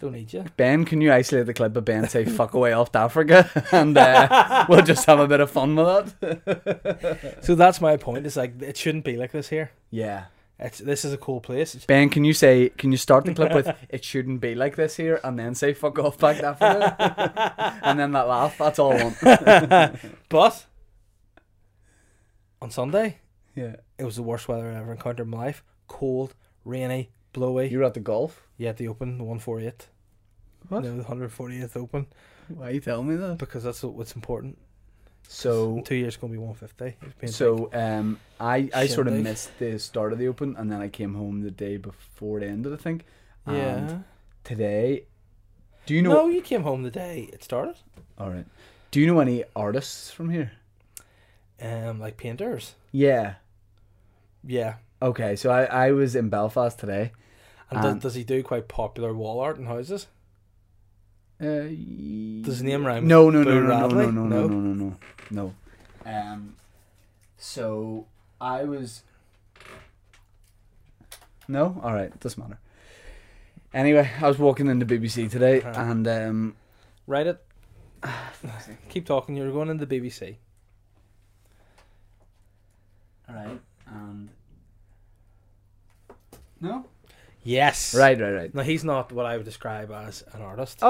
S1: Don't need you.
S2: Ben, can you isolate the clip of Ben say "fuck away off to Africa" <laughs>
S1: <laughs>
S2: and uh, we'll just have a bit of fun with it?
S1: So that's my point. It's like it shouldn't be like this here.
S2: Yeah.
S1: It's this is a cool place. It's-
S2: Ben, can you say? Can you start the
S1: <laughs>
S2: clip with "It shouldn't be like this here" and then say "fuck off back to
S1: <laughs>
S2: Africa" and then that laugh? That's all I want.
S1: But on Sunday,
S2: Yeah.
S1: it was the worst weather I ever encountered in my life. Cold, rainy, blowy.
S2: You were at the golf.
S1: yeah, the Open, the 148.
S2: What?
S1: No, the 148th Open
S2: Why are you telling me that?
S1: because that's what- what's important.
S2: So
S1: Two years gonna be one fifty.
S2: so um, I I sort of
S1: Shindig.
S2: missed the start of the Open, and then I came home the day before it ended, I think. And
S1: yeah.
S2: Today, do you know?
S1: No, you came home the day it started.
S2: All right. Do you know any artists from here?
S1: Um, like painters.
S2: Yeah.
S1: Yeah.
S2: Okay, so I, I was in Belfast today.
S1: And does,
S2: Um,
S1: does he do quite popular wall art in houses?
S2: Uh,
S1: Does his name rhyme with
S2: No, no, no,
S1: Boo
S2: no, no, no,
S1: Radley?
S2: no, no,
S1: No?
S2: no, no, no, no. Um, so I was. No, all right, doesn't matter. Anyway, I was walking into BBC today,
S1: Uh-huh.
S2: and um,
S1: Write it. <sighs> Keep talking. You're going into the BBC.
S2: all right, and no,
S1: Yes.
S2: right, right, right.
S1: Now he's not what I would describe as an artist. <laughs>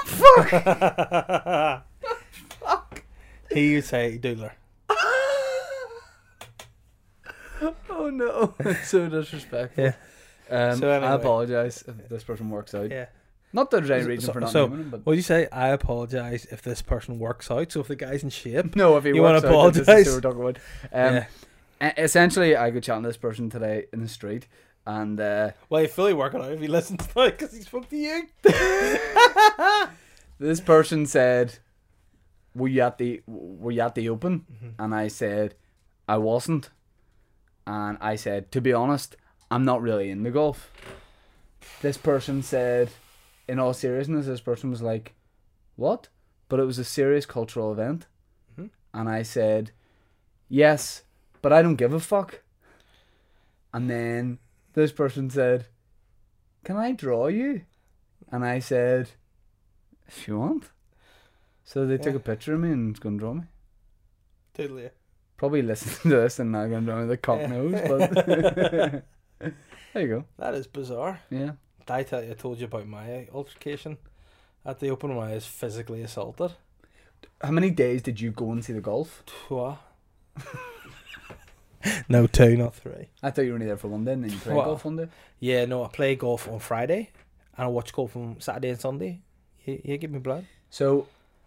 S2: Oh <laughs> fuck!
S1: He would say doodler.
S2: <laughs> oh no, <laughs> it's so disrespectful.
S1: Yeah.
S2: Um,
S1: So
S2: I
S1: anyway.
S2: apologise if this person works out.
S1: Yeah.
S2: Not that there's any
S1: So-
S2: reason
S1: so-
S2: for not
S1: so-
S2: naming him, but
S1: What do you say? I apologize if this person works out. So if the guy's in shape,
S2: no, if he
S1: You
S2: works
S1: wanna
S2: out, then this is
S1: apologise?
S2: who we're talking about. Um,
S1: yeah.
S2: e- Essentially, I could chat to this person today in the street, and uh,
S1: Well, he's fully working out if he listens to it because he's fucked you. <laughs>
S2: this person said, "Were you at the Were you at the open?" And I said, "I wasn't," and I said, "To be honest, I'm not really into golf." This person said, in all seriousness, this person was like, "What?" But it was a serious cultural event,
S1: Mhm.
S2: and I said, "Yes, but I don't give a fuck." And then this person said, "Can I draw you?" And I said, if you want. So they took
S1: Yeah.
S2: a picture of me and it's gonna draw me.
S1: Totally. yeah.
S2: Probably listen to this and not gonna draw me the cock
S1: Yeah.
S2: nose, but <laughs> there you go.
S1: That is bizarre.
S2: Yeah.
S1: Did I tell you, I told you about my altercation at the open when I was physically assaulted.
S2: How many days did you go and see the golf?
S1: Twa. <laughs> no, two, not three.
S2: I thought you were only there for one day and then you played
S1: Well-
S2: golf one day.
S1: Yeah, no, I play golf on Friday and I watch golf on Saturday and Sunday. You, you give me blood.
S2: So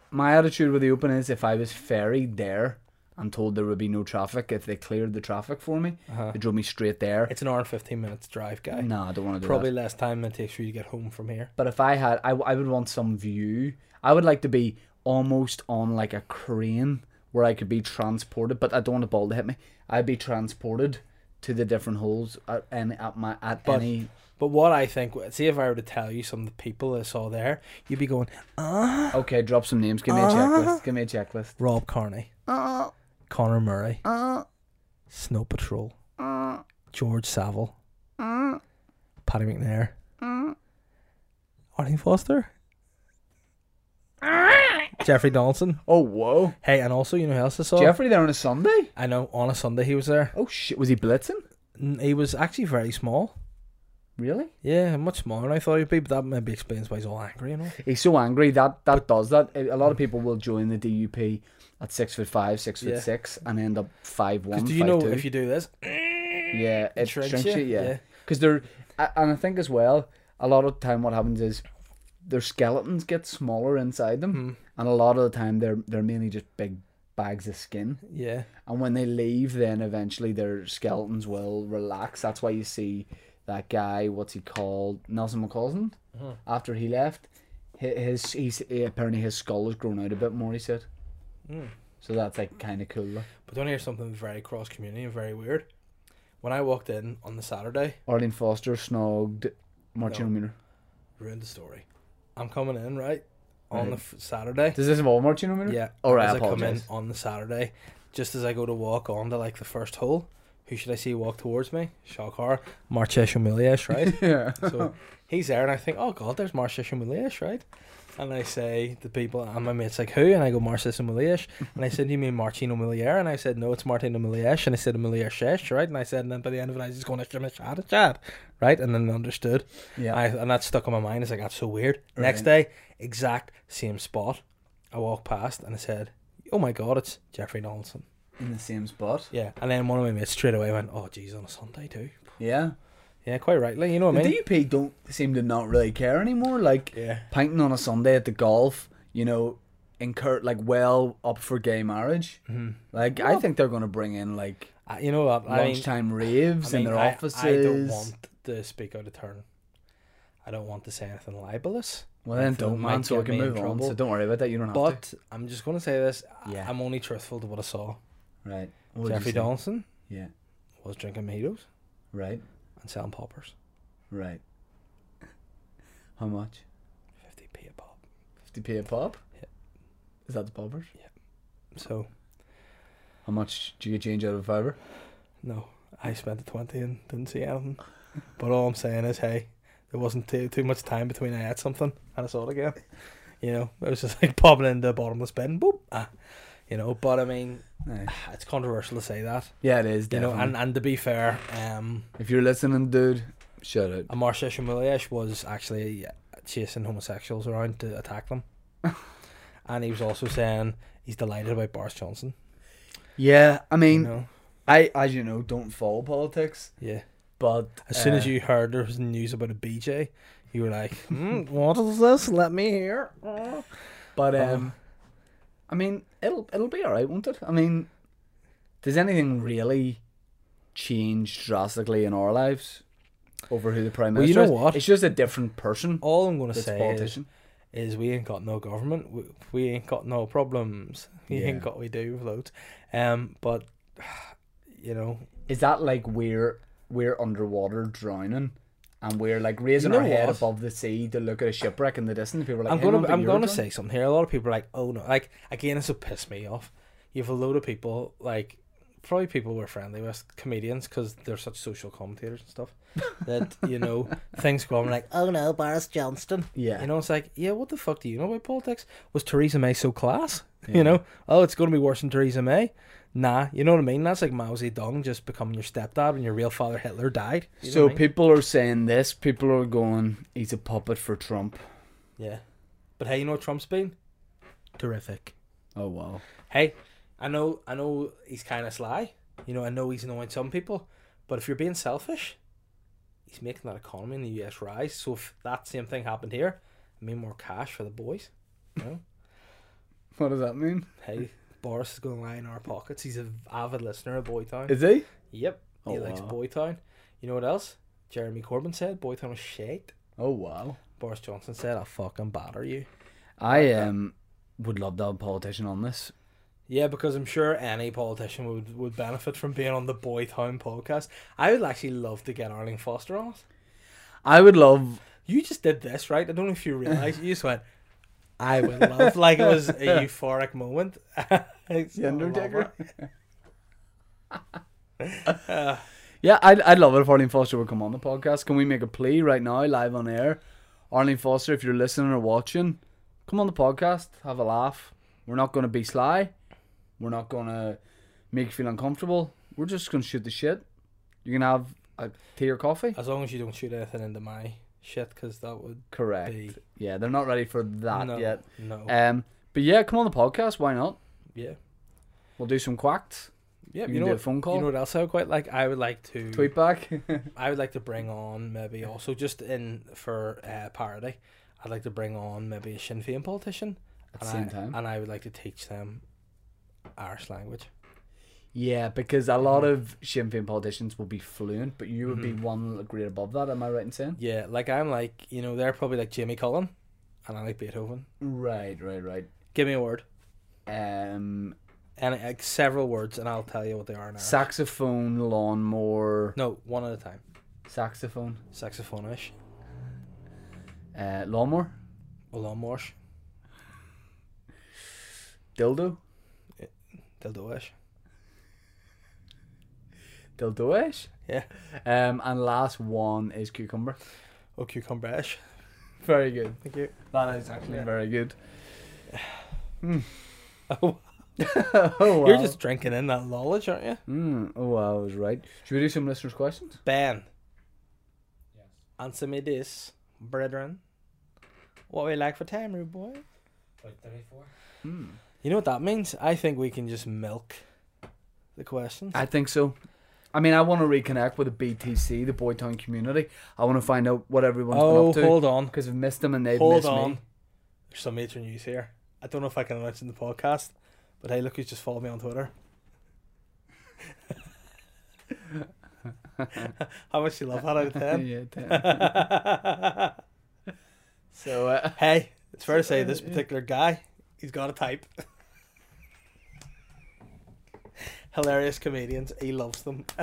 S2: my attitude with the open is if I was ferried there and told there would be no traffic, if they cleared the traffic for me,
S1: Uh-huh.
S2: they drove me straight there.
S1: It's an hour and 15 minutes drive, guy.
S2: No, I don't want to do that.
S1: Probably less time than it takes for you to get home from here.
S2: But if I had, I, w- I would want some view. I would like to be almost on like a crane where I could be transported, but I don't want a ball to hit me. I'd be transported to the different holes at any at my at
S1: But-
S2: any.
S1: But what I think, see if I were to tell you some of the people I saw there, you'd be going, ah,
S2: Okay, drop some names. Give me a
S1: Uh-huh.
S2: checklist. Give me a checklist.
S1: Rob Carney,
S2: Uh,
S1: Uh-huh. Connor Murray,
S2: uh,
S1: Snow Patrol,
S2: uh,
S1: George Saville,
S2: uh,
S1: Paddy McNair,
S2: uh.
S1: Arlene Foster,
S2: Uh.
S1: Jeffrey Donaldson.
S2: Oh whoa!
S1: Hey, and also, you know who else I saw?
S2: Jeffrey there on a Sunday.
S1: I know, on a Sunday he was there.
S2: Oh shit! Was he blitzing?
S1: N- He was actually very small.
S2: Really?
S1: Yeah, much smaller than I thought he'd be, but that maybe explains why he's all angry and all.
S2: He's so angry that that does that. A lot of people will join the DUP at six foot five, six foot
S1: Yeah.
S2: six, and end up five one.
S1: Because do you know if you do this?
S2: Yeah, it shrinks,
S1: you?
S2: you. Yeah,
S1: Yeah.
S2: because they're a- and I think as well a lot of time what happens is their skeletons get smaller inside them,
S1: Hmm,
S2: and a lot of the time they're they're mainly just big bags of skin.
S1: yeah.
S2: And when they leave, then eventually their skeletons will relax. That's why you see that guy, what's he called, Nelson McCausland,
S1: Uh-huh.
S2: after he left, hi- his he's he, apparently his skull has grown out a bit more. He said,
S1: Mm.
S2: so that's like kind of cool.
S1: But don't hear something very cross community and very weird. When I walked in on the Saturday,
S2: Arlene Foster snogged Martin
S1: No.
S2: O'Meara.
S1: ruined the story. I'm coming in right on the
S2: Right.
S1: f- Saturday.
S2: Does this involve Martin O'Meara?
S1: Yeah.
S2: All right,
S1: as
S2: I
S1: I come in
S2: apologise.
S1: on the Saturday, just as I go to walk on to like the first hole, who should I see walk towards me? Shakar Marchesh Umiliash, right?
S2: <laughs> Yeah.
S1: so he's there, and I think, oh god, there's Marchesh Umiliash, right? And I say to people, and my mate's like, who? And I go, Marchesh Umiliash. And I said, you mean Martino Milier? And I said, no, it's Martino Miliash. And I said, Milier Shesh, right? And I said, and then by the end of it, I was just going, Shemesh Chad, right? And then they understood.
S2: Yeah.
S1: I, and that stuck in my mind. It's like that's so weird.
S2: Right.
S1: Next day, exact same spot. I walked past and I said, "Oh my god, it's Jeffrey Donaldson."
S2: in the same spot.
S1: Yeah, and then one of my mates straight away went, "Oh, geez, on a Sunday too."
S2: Yeah.
S1: Yeah, quite rightly. You know what I mean?
S2: the DUP don't seem to not really care anymore. Like
S1: Yeah.
S2: pinting on a Sunday at the golf, you know, incur like well up for gay marriage. Like I think they're gonna bring in like
S1: I, Uh, you know what? Mm-hmm. I mean,
S2: lunchtime raves
S1: I mean,
S2: in their
S1: I,
S2: offices.
S1: I don't want to speak out of turn. I don't want to say anything libelous.
S2: well, then
S1: anything that
S2: don't
S1: might
S2: man. So we
S1: get
S2: can
S1: me in
S2: move on.
S1: trouble.
S2: So don't worry about that. You don't have
S1: But I'm just going to say this. I-
S2: Yeah.
S1: I'm only truthful to what I saw.
S2: to. Right. What did you
S1: Jeffrey
S2: say?
S1: Donaldson
S2: Yeah.
S1: was drinking mojitos
S2: Right.
S1: and selling poppers.
S2: Right. <laughs> How much?
S1: 50p a pop.
S2: Fifty p a pop.
S1: Yeah.
S2: Is that the poppers?
S1: So,
S2: How much do you change out of a fiver?
S1: no, I spent the 20 and didn't see anything. But all I'm saying is, hey, there wasn't too, too much time between I had something and I saw it again. You know, it was just <laughs> like popping into the bottomless bin. Boop. Ah. You know, but I mean,
S2: Aye.
S1: it's controversial to say that.
S2: Yeah, it is.
S1: You know,
S2: Definitely.
S1: and, and to be fair, um,
S2: if you're listening, dude, shout out.
S1: Amartya Shamiliesh was actually chasing homosexuals around to attack
S2: <laughs>
S1: them. and he was also saying he's delighted about Boris Johnson.
S2: Yeah, I
S1: You
S2: mean,
S1: know?
S2: I as you know don't follow politics,
S1: Yeah.
S2: but
S1: As soon as
S2: uh,
S1: you heard there was news about a BJ, you were
S2: <laughs>
S1: like, hmm, what is this? Let me hear. Oh.
S2: but um,
S1: um,
S2: I mean, it'll it'll be all right, won't it? I mean, does anything really change drastically in our lives over who the prime
S1: Well, you
S2: minister?
S1: know
S2: is?
S1: what?
S2: It's just a different person.
S1: All I'm going to
S2: that's a
S1: say is,
S2: politician.
S1: is we ain't got no government. We, we ain't got no problems. We
S2: Yeah.
S1: ain't got we do with loads. Um, but, <sighs> you know,
S2: Is that like we're we're underwater drowning? And we're like raising
S1: You know
S2: our head
S1: what?
S2: above the sea to look at a shipwreck in the distance. People are like,
S1: I'm
S2: "Hey,
S1: gonna
S2: man, but
S1: I'm
S2: you're
S1: gonna
S2: drowning."
S1: say something here. A lot of people are like, oh no, like again, this will piss me off. You have a load of people like probably people we're friendly with comedians because they're such social commentators and
S2: <laughs>
S1: stuff that you know things go on like
S4: oh no, Boris Johnston.
S2: yeah,
S1: you know it's like yeah what the fuck do you know about politics was Theresa May so class
S2: Yeah.
S1: you know oh it's gonna be worse than Theresa May nah you know what I mean that's like Mao Zedong just becoming your stepdad when your real father Hitler died You know
S2: So
S1: what I mean?
S2: people are saying this. People are going, he's a puppet for Trump.
S1: yeah but hey you know what Trump's been terrific
S2: Oh wow.
S1: hey, I know, I know he's kind of sly. You know, I know he's annoying some people, but if you're being selfish, he's making that economy in the US rise. So if that same thing happened here, I mean more cash for the boys. You know, <laughs>
S2: What does that mean?
S1: hey, Boris is going to lie in our pockets. He's an avid listener of Boytown.
S2: Is he?
S1: Yep, he
S2: Oh,
S1: likes
S2: wow.
S1: Boytown. You know what else? Jeremy Corbyn said Boytown was shit.
S2: Oh wow.
S1: Boris Johnson said, "I'll fucking batter you."
S2: I um would love to have a politician on this.
S1: Yeah, because I'm sure any politician would, would benefit from being on the Boy Town podcast. I would actually love to get Arlene Foster on it.
S2: I would love.
S1: You just did this, right? I don't know if you realise. You just went, I would love. like it
S2: <laughs>
S1: was a euphoric moment. <laughs> It's
S2: The Undertaker.
S1: not a lot. Uh,
S2: <laughs> Yeah, I'd, I'd love it if Arlene Foster would come on the podcast. Can we make a plea right now, live on air? Arlene Foster, if you're listening or watching, come on the podcast, have a laugh. We're not going to be sly. We're not going to make you feel uncomfortable. We're just going to shoot the shit. You can have a tea or coffee.
S1: as long as you don't shoot anything into my shit, because that would
S2: Correct.
S1: be
S2: Yeah, they're not ready for that
S1: no,
S2: yet.
S1: No,
S2: Um, but yeah, come on the podcast. Why not?
S1: yeah,
S2: We'll do some quacked.
S1: yeah. You,
S2: You, can
S1: know
S2: do a
S1: what?
S2: phone call.
S1: You know what else I would quite like? I would like to
S2: tweet back. <laughs>
S1: I would like to bring on maybe also just in for uh, parody. I'd like to bring on maybe a Sinn Féin politician.
S2: At the
S1: and
S2: same
S1: I,
S2: time.
S1: and I would like to teach them Irish language.
S2: yeah, because a lot of Sinn Féin politicians will be fluent, but you would be
S1: Mhm.
S2: one little grade above that. Am I right in saying?
S1: Yeah, like I'm like you know they're probably like Jimmy Cullen, and I like Beethoven.
S2: Right, right, right.
S1: Give me a word
S2: Um,
S1: and like several words, and I'll tell you what they are now.
S2: Uh, saxophone, lawnmower,
S1: no, one at a time.
S2: saxophone,
S1: Saxophonish,
S2: uh, lawnmower,
S1: lawnmowish,
S2: dildo,
S1: dildoish.
S2: dildoish.
S1: Yeah,
S2: Um, and last one is cucumber.
S1: oh cucumberish.
S2: Very good.
S1: Thank
S2: <laughs>
S1: you.
S2: That is actually
S1: Yeah.
S2: very good.
S1: Oh,
S2: <laughs> oh wow.
S1: You're just drinking in that knowledge, aren't you?
S2: Mm, oh wow, I was right. Should we do some listeners' questions?
S1: Ben,
S3: Yes.
S1: answer me this, brethren. What we like for time, rude boy?
S3: Wait, 34?
S2: Mm.
S1: You know what that means? I think we can just milk the questions.
S2: I think so. I mean, I want to reconnect with the BTC, the Boytown community. I want to find out what everyone's
S1: oh,
S2: been up to
S1: hold on.
S2: because I've missed them and they've
S1: Hold
S2: missed
S1: on.
S2: me.
S1: There's some major news here. I don't know if I can announce it in the podcast, but hey, look who's just followed me on
S2: <laughs>
S1: Twitter. <laughs> How much you love that out of ten?
S2: yeah,
S1: <laughs>
S2: ten. so uh,
S1: hey, it's fair to say this particular guy, he's got a type. <laughs> Hilarious comedians, he loves them. <sighs>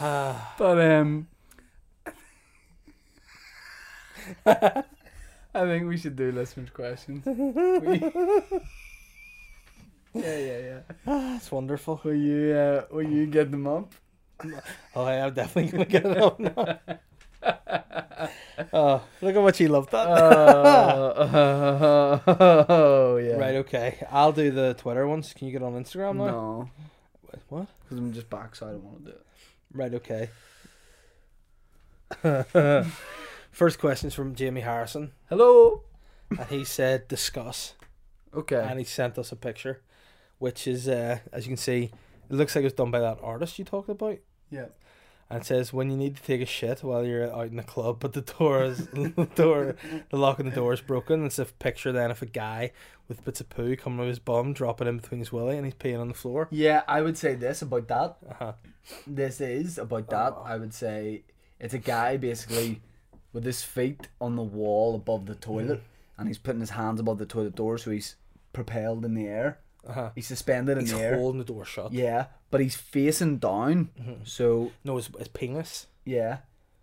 S1: Ah,
S2: But um, <laughs> I think we should do listeners' questions. We- <laughs> yeah, yeah, yeah.
S1: that's wonderful.
S2: Will you uh, will you get
S1: <laughs>
S2: them up?
S1: Oh, yeah, I'm definitely gonna get it up now.
S2: <laughs>
S1: oh, look how much he loved that. <laughs>
S2: oh, yeah.
S1: Right, okay. I'll do the Twitter ones. Can you get on Instagram now?
S2: No,
S1: What?
S2: because I'm just back, so I don't want to do it.
S1: Right, okay. <laughs> First question's from Jamie Harrison,
S2: Hello.
S1: and he said, discuss.
S2: Okay.
S1: And he sent us a picture, which is, uh, as you can see, it looks like it was done by that artist you talked about.
S2: Yeah.
S1: And it says, when you need to take a shit while you're out in the club, but the door is, <laughs> the door, the lock on the door is broken. It's a picture then of a guy with bits of poo coming out of his bum, dropping in between his willy, and he's peeing on the floor.
S2: Yeah, I would say this about that.
S1: Uh-huh.
S2: This is about that.
S1: Oh.
S2: I would say it's a guy basically with his feet on the wall above the
S1: Mm.
S2: toilet, and he's putting his hands above the toilet door, so he's propelled in the air.
S1: Uh-huh.
S2: He's suspended in
S1: He's
S2: the air.
S1: holding the door shut.
S2: Yeah, but he's facing down,
S1: Mm-hmm.
S2: so
S1: No, his, his penis.
S2: yeah,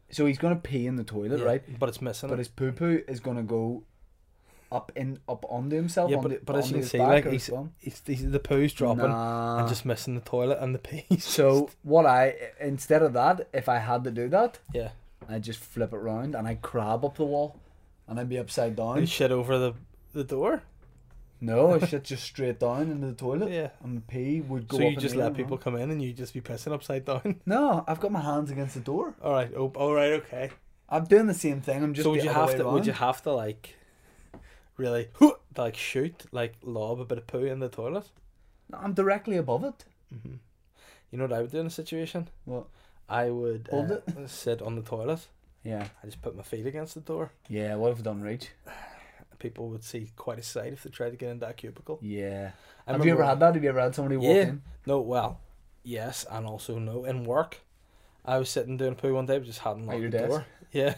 S2: so he's gonna pee in the toilet,
S1: Yeah,
S2: right?
S1: But it's missing.
S2: But
S1: it.
S2: his poo poo is gonna go up in up onto himself.
S1: yeah,
S2: onto,
S1: but, but as
S2: onto
S1: you can
S2: his
S1: see,
S2: back
S1: like
S2: or his
S1: he's,
S2: bum.
S1: he's, he's the poo's dropping
S2: Nah.
S1: and just missing the toilet and the <laughs> pee.
S2: so what I instead of that, if I had to do that,
S1: yeah,
S2: I just flip it round and I crab up the wall, and I'd be upside
S1: and
S2: down.
S1: shit over the the door.
S2: <laughs> No, I shit just straight down into the toilet.
S1: Yeah.
S2: and the pee would go.
S1: so
S2: up
S1: you
S2: in
S1: just
S2: the air
S1: let
S2: and
S1: people
S2: round.
S1: come in and you just be pissing upside down. <laughs>
S2: No, I've got my hands against the door.
S1: all right. Oh, all right. Okay.
S2: I'm doing the same thing. I'm just.
S1: so would
S2: the
S1: you
S2: other
S1: have
S2: way
S1: to? Would you
S2: round.
S1: have to like <laughs> really like shoot like lob a bit of poo in the toilet?
S2: No, I'm directly above it.
S1: Mm-hmm. You know what I would do in a situation?
S2: What?
S1: I would
S2: Hold
S1: uh, <laughs> sit on the toilet.
S2: Yeah.
S1: I just put my feet against the door.
S2: Yeah. What if I don't reach?
S1: People would see quite a sight if they tried to get into that cubicle.
S2: Yeah.
S1: I
S2: have you
S1: remember-
S2: ever had that? Have you ever had somebody walk
S1: Yeah.
S2: in?
S1: No, well, yes, and also no. In work, I was sitting doing a poo one day, but just hadn't
S2: At
S1: locked
S2: your
S1: the
S2: desk?
S1: door. Yeah.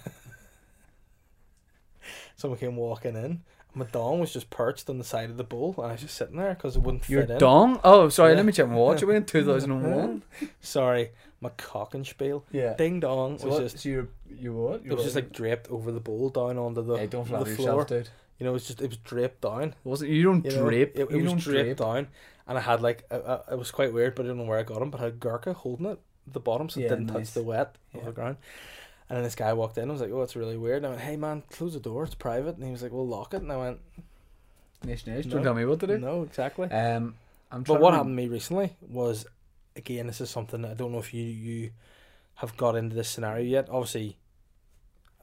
S1: <laughs> Someone came walking in. My dong was just perched on the side of the bowl, and I was just sitting there because it wouldn't
S2: Your
S1: fit in.
S2: dong? Oh, sorry.
S1: Yeah.
S2: Let me check my watch. It went
S1: <laughs>
S2: in 2001.
S1: Sorry, my cock and spiel.
S2: yeah.
S1: Ding dong
S2: So,
S1: was
S2: what,
S1: just.
S2: so you're you what?
S1: It was just like draped over the bowl down onto the,
S2: Hey, don't
S1: the
S2: flatter
S1: floor.
S2: yourself, dude.
S1: You know, it was just it was draped down.
S2: Wasn't you don't
S1: You know,
S2: drape?
S1: It, it
S2: you
S1: was
S2: don't
S1: draped down, and I had like a, a, it was quite weird, but I don't know where I got him. But I had Gurkha holding it at the bottom, so
S2: Yeah,
S1: it didn't
S2: nice.
S1: touch the wet
S2: Yeah.
S1: of the ground. And then this guy walked in. I was like, "Oh, it's really weird." And I went, "Hey, man, close the door. It's private." And he was like, "Well, lock it." And I went,
S2: Nish, nish.
S1: No.
S2: Don't tell me what to do.
S1: "No, exactly."
S2: Um, I'm trying
S1: but what
S2: to-
S1: happened to me recently was, again, this is something that I don't know if you you have got into this scenario yet. Obviously,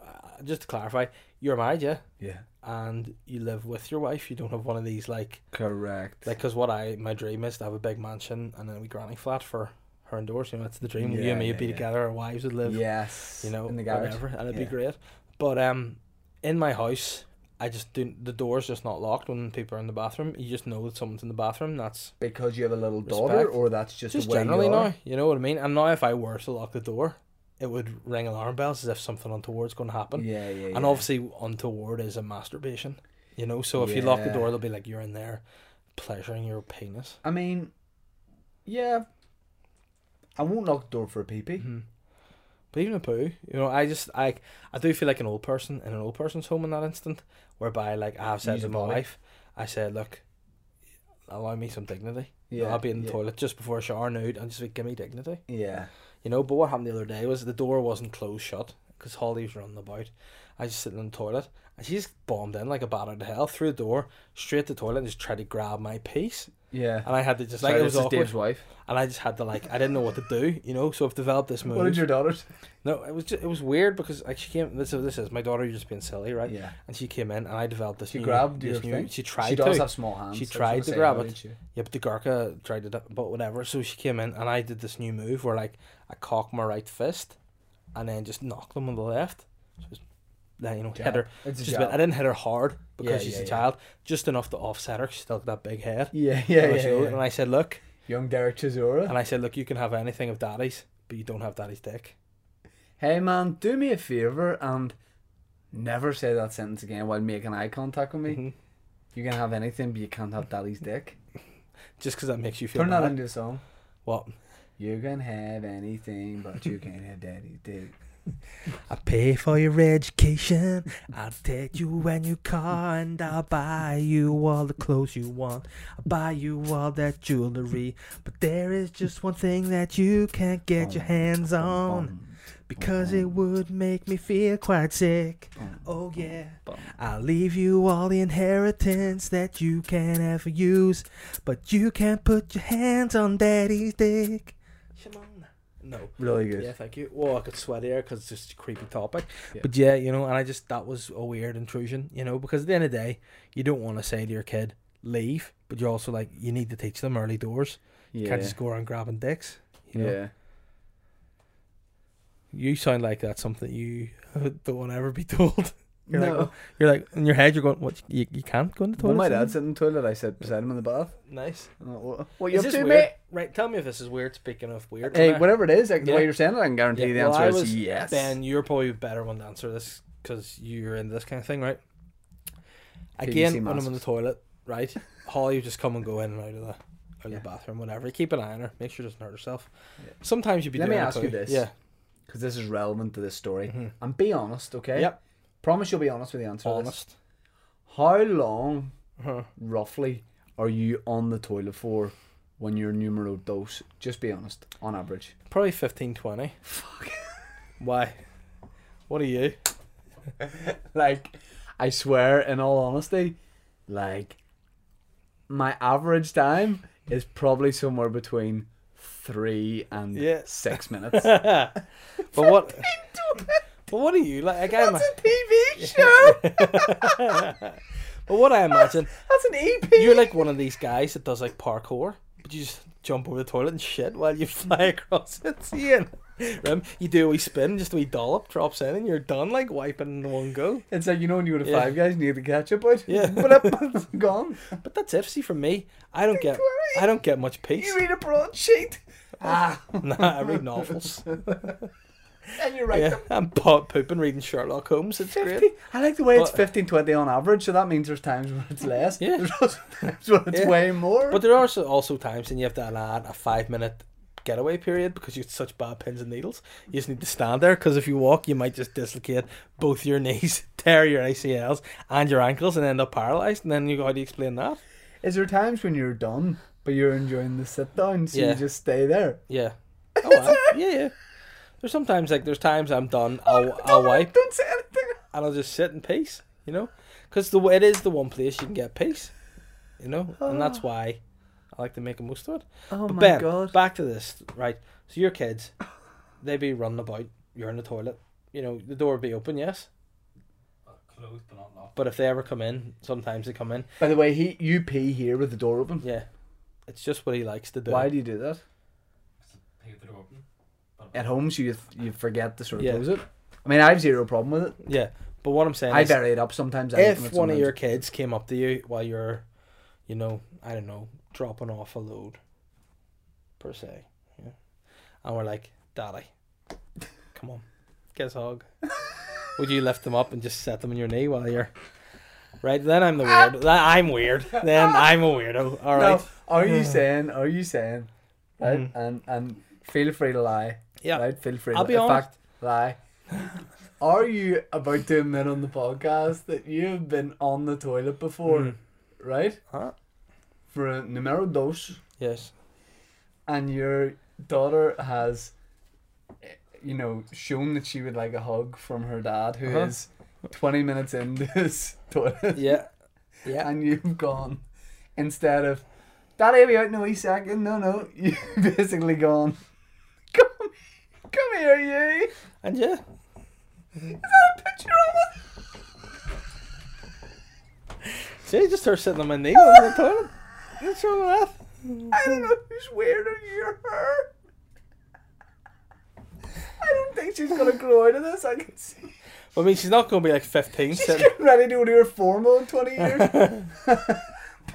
S1: uh, just to clarify, you're married, yeah,
S2: Yeah,
S1: and you live with your wife. You don't have one of these like
S2: correct.
S1: Like, cause what I my dream is to have a big mansion and then a wee granny flat for her indoors. You know, that's the dream. you
S2: Yeah,
S1: and me
S2: yeah,
S1: would be
S2: yeah.
S1: together. Our wives would live.
S2: yes,
S1: You know,
S2: in the garage.
S1: whatever, and it'd be
S2: Yeah.
S1: great. But um, in my house, I just do the door's just not locked when people are in the bathroom. You just know that someone's in the bathroom. That's
S2: Because you have a little daughter,
S1: Respect.
S2: or that's just,
S1: just
S2: the way
S1: generally
S2: you are?
S1: now. You know what I mean? And now, if I were to lock the door, it would ring alarm bells as if something untoward's going to happen.
S2: Yeah, yeah, yeah.
S1: And obviously, untoward is a masturbation. You know, so if you lock the
S2: Yeah.
S1: door, they'll be like, "You're in there, pleasuring your penis."
S2: I mean, yeah. I won't knock the door for a pee pee.
S1: Mm-hmm. But even a poo, you know, I just I I do feel like an old person in an old person's home in that instant, whereby like I've said
S2: Use
S1: to
S2: your
S1: my
S2: body.
S1: wife, I said, look, allow me some dignity. You know,
S2: Yeah,
S1: I'll be in the
S2: yeah.
S1: toilet just before a shower nude and just like give me dignity,
S2: Yeah,
S1: you know. But what happened the other day was the door wasn't closed shut because Holly was running about. I was just sitting in the toilet and she just bombed in like a bat out of hell through the door straight to the toilet and just tried to grab my piece
S2: yeah.
S1: and I had to just like it was awkward
S2: wife.
S1: and I just had to like I didn't know what to do, you know. So I've developed this move.
S2: What did your daughters?
S1: No, it was just, it was weird because like she came. This is this is my daughter. You're just being silly, right?
S2: Yeah.
S1: And she came in, and I developed this.
S2: She
S1: new-
S2: grabbed
S1: this
S2: your
S1: new-
S2: thing.
S1: She tried
S2: She
S1: to.
S2: does have small hands.
S1: She
S2: I was
S1: tried
S2: gonna
S1: to
S2: say,
S1: grab
S2: how
S1: it.
S2: did you?
S1: Yeah, but the Gurkha tried to, do- but whatever. So she came in, and I did this new move where like I cock my right fist, and then just knock them on the left. So it's that you know,
S2: Jab.
S1: hit her.
S2: It's a
S1: Just a
S2: jab.
S1: bit. I didn't hit her hard because
S2: Yeah,
S1: she's
S2: yeah,
S1: a
S2: yeah.
S1: child, just enough to offset her. She's still got that big head.
S2: Yeah, yeah,
S1: And I
S2: yeah.
S1: showed-
S2: yeah.
S1: And I said, look,
S2: Young Derek Chisora.
S1: and I said, look, you can have anything of daddy's, but you don't have daddy's dick.
S2: Hey man, do me a favor and never say that sentence again while making eye contact with me.
S1: Mhm.
S2: You can have anything, but you can't have Daddy's <laughs> dick.
S1: Just because that makes you feel
S2: Turn
S1: bad.
S2: that into a song.
S1: What?
S2: You can have anything, but you can't have Daddy's <laughs> dick.
S1: I pay for your education. I'll take you in your car and I'll buy you all the clothes you want. I'll buy you all that jewelry. But there is just one thing that you can't get your hands on because it would make me feel quite sick. Oh, yeah. I'll leave you all the inheritance that you can ever use. But you can't put your hands on daddy's dick. Shimon. No.
S2: Really good.
S1: Yeah, thank you. Well, I could sweat here because it's just a creepy topic.
S2: Yeah.
S1: But yeah, you know, and I just that was a weird intrusion, you know, because at the end of the day, you don't want to say to your kid leave, but you're also like you need to teach them early doors. You
S2: Yeah.
S1: can't just go around grabbing dicks. You know,
S2: yeah.
S1: you sound like that's something you <laughs> don't want to ever be told. <laughs> You're
S2: no.
S1: like, you're like in your head, you're going, what? You, you can't go in the toilet.
S2: when my dad's sitting in the toilet, I sit beside him in the bath.
S1: nice.
S2: I'm like, What what you
S1: Is
S2: up
S1: this
S2: to,
S1: weird?
S2: mate?
S1: Right, tell me if this is weird. Speaking of weird,
S2: Hey,
S1: Claire.
S2: whatever it is, like, the
S1: Yeah.
S2: way you're saying it, I can guarantee
S1: Yeah, well,
S2: the answer
S1: I
S2: is
S1: was-
S2: yes.
S1: Ben, you're probably better one to answer this because you're into this kind of thing, right?
S2: BBC
S1: Again, when I'm in the
S2: Masters.
S1: toilet,
S2: <laughs>
S1: right? Holly will just come and go in and out of the out of
S2: Yeah.
S1: the bathroom, whatever. Keep an eye on her. Make sure she doesn't hurt herself.
S2: Yeah.
S1: Sometimes you'd be.
S2: Let me
S1: doing it
S2: ask you
S1: too.
S2: this.
S1: Yeah.
S2: Because this is relevant to this story.
S1: Mhm.
S2: And be honest, okay?
S1: Yep.
S2: Promise you'll be honest with the answer. to this.
S1: Honest.
S2: How long,
S1: Uh-huh.
S2: roughly, are you on the toilet for when you're numero dos? Just be honest, on average.
S1: Probably 15, 20. Fuck.
S2: <laughs>
S1: Why? What are you?
S2: Like, I swear, in all honesty, like, my average time is probably somewhere between three and
S1: Yeah.
S2: <laughs> six minutes.
S1: but what? But what are you like? like I'm,
S2: That's a <laughs> TV show.
S1: but what I imagine,
S2: That's an E EP.
S1: you're like one of these guys that does like parkour, but you just jump over the toilet and shit while you <laughs> fly across it. See you. Rem, you do a wee spin, just a wee dollop, drops in, and you're done, like wiping in one go.
S2: It's like you know when you go to
S1: Yeah.
S2: Five Guys and you get the ketchup out.
S1: <laughs> Yeah.
S2: but it's <laughs> gone.
S1: But that's it. See, for me, I don't get, I don't get much peace. <laughs>
S2: You read a broadsheet. Ah,
S1: Nah, I read novels.
S2: <laughs> and you write
S1: Yeah,
S2: them.
S1: I'm pot pooping, reading Sherlock Holmes. It's great.
S2: 50. I like the way it's
S1: But-
S2: 15 20 on average, so that means there's times when it's less.
S1: Yeah.
S2: There's also times when it's
S1: Yeah.
S2: way more.
S1: But there are also, also times when you have to add a five minute getaway period because you have such bad pins and needles. You just need to stand there because if you walk, you might just dislocate both your <laughs> knees, tear your ACLs and your ankles, and end up paralyzed. And then you how do you explain that?
S2: Is there times when you're done, but you're enjoying the sit down, so
S1: Yeah.
S2: you just stay there?
S1: Yeah. Oh, wow. yeah, yeah. There's sometimes like there's times I'm done. I'll I'll wipe
S2: Oh, Don't say anything.
S1: and I'll just sit in peace. You know, because the it is the one place you can get peace. You know, and that's why I like to make the most of it.
S2: Oh
S1: But
S2: my
S1: Ben,
S2: god.
S1: back to this, right? So your kids, they be running about. You're in the toilet. You know the door would be open, yes.
S3: Well, Uh, closed but not locked.
S1: But if they ever come in, sometimes they come in.
S2: By the way, he you pee here with the door open.
S1: Yeah, it's just what he likes to do.
S2: Why do you do that?
S3: So pay the door open. But
S2: At home, so you you forget to sort of
S1: Yeah.
S2: close it. I mean, I have zero problem with it.
S1: Yeah, but what I'm saying
S2: I
S1: is,
S2: bury it up sometimes. I open
S1: if
S2: it
S1: one of
S2: sometimes.
S1: your kids came up to you while you're, you know, I don't know, dropping off a load, per se, yeah, and we're like, Daddy, come on, get a
S2: <laughs>
S1: hug. Would you lift them up and just set them on your knee while you're? Right then, I'm the
S2: <laughs>
S1: weird. then I'm weird. Then I'm a weirdo. All
S2: No,
S1: right. Uh.
S2: are you saying? Are you saying? Right,
S1: Mhm.
S2: and and feel free to lie.
S1: Yeah.
S2: right. Feel free.
S1: I'll
S2: to,
S1: be
S2: in
S1: honest.
S2: fact, lie. Are you about to admit on the podcast that you've been on the toilet before,
S1: Mhm.
S2: right?
S1: Huh?
S2: For a numero dos,
S1: Yes.
S2: and your daughter has, eh, you know, shown that she would like a hug from her dad, who is
S1: Uh-huh.
S2: twenty minutes into <laughs> his toilet,
S1: Yeah. Yeah.
S2: and you've gone instead of Daddy will be out in a wee second. No, no, <laughs> you have basically gone. Come, come here, you.
S1: And yeah.
S2: Is that a picture of it?
S1: See, just her sitting on my knee on the toilet. What's wrong with that?
S2: I don't know who's weirder, you or her. I don't think she's gonna grow out of this. I can see.
S1: Well, I mean, she's not going to be like 15. sitting-
S2: ready to do her formal
S1: <laughs>
S2: in 20 years.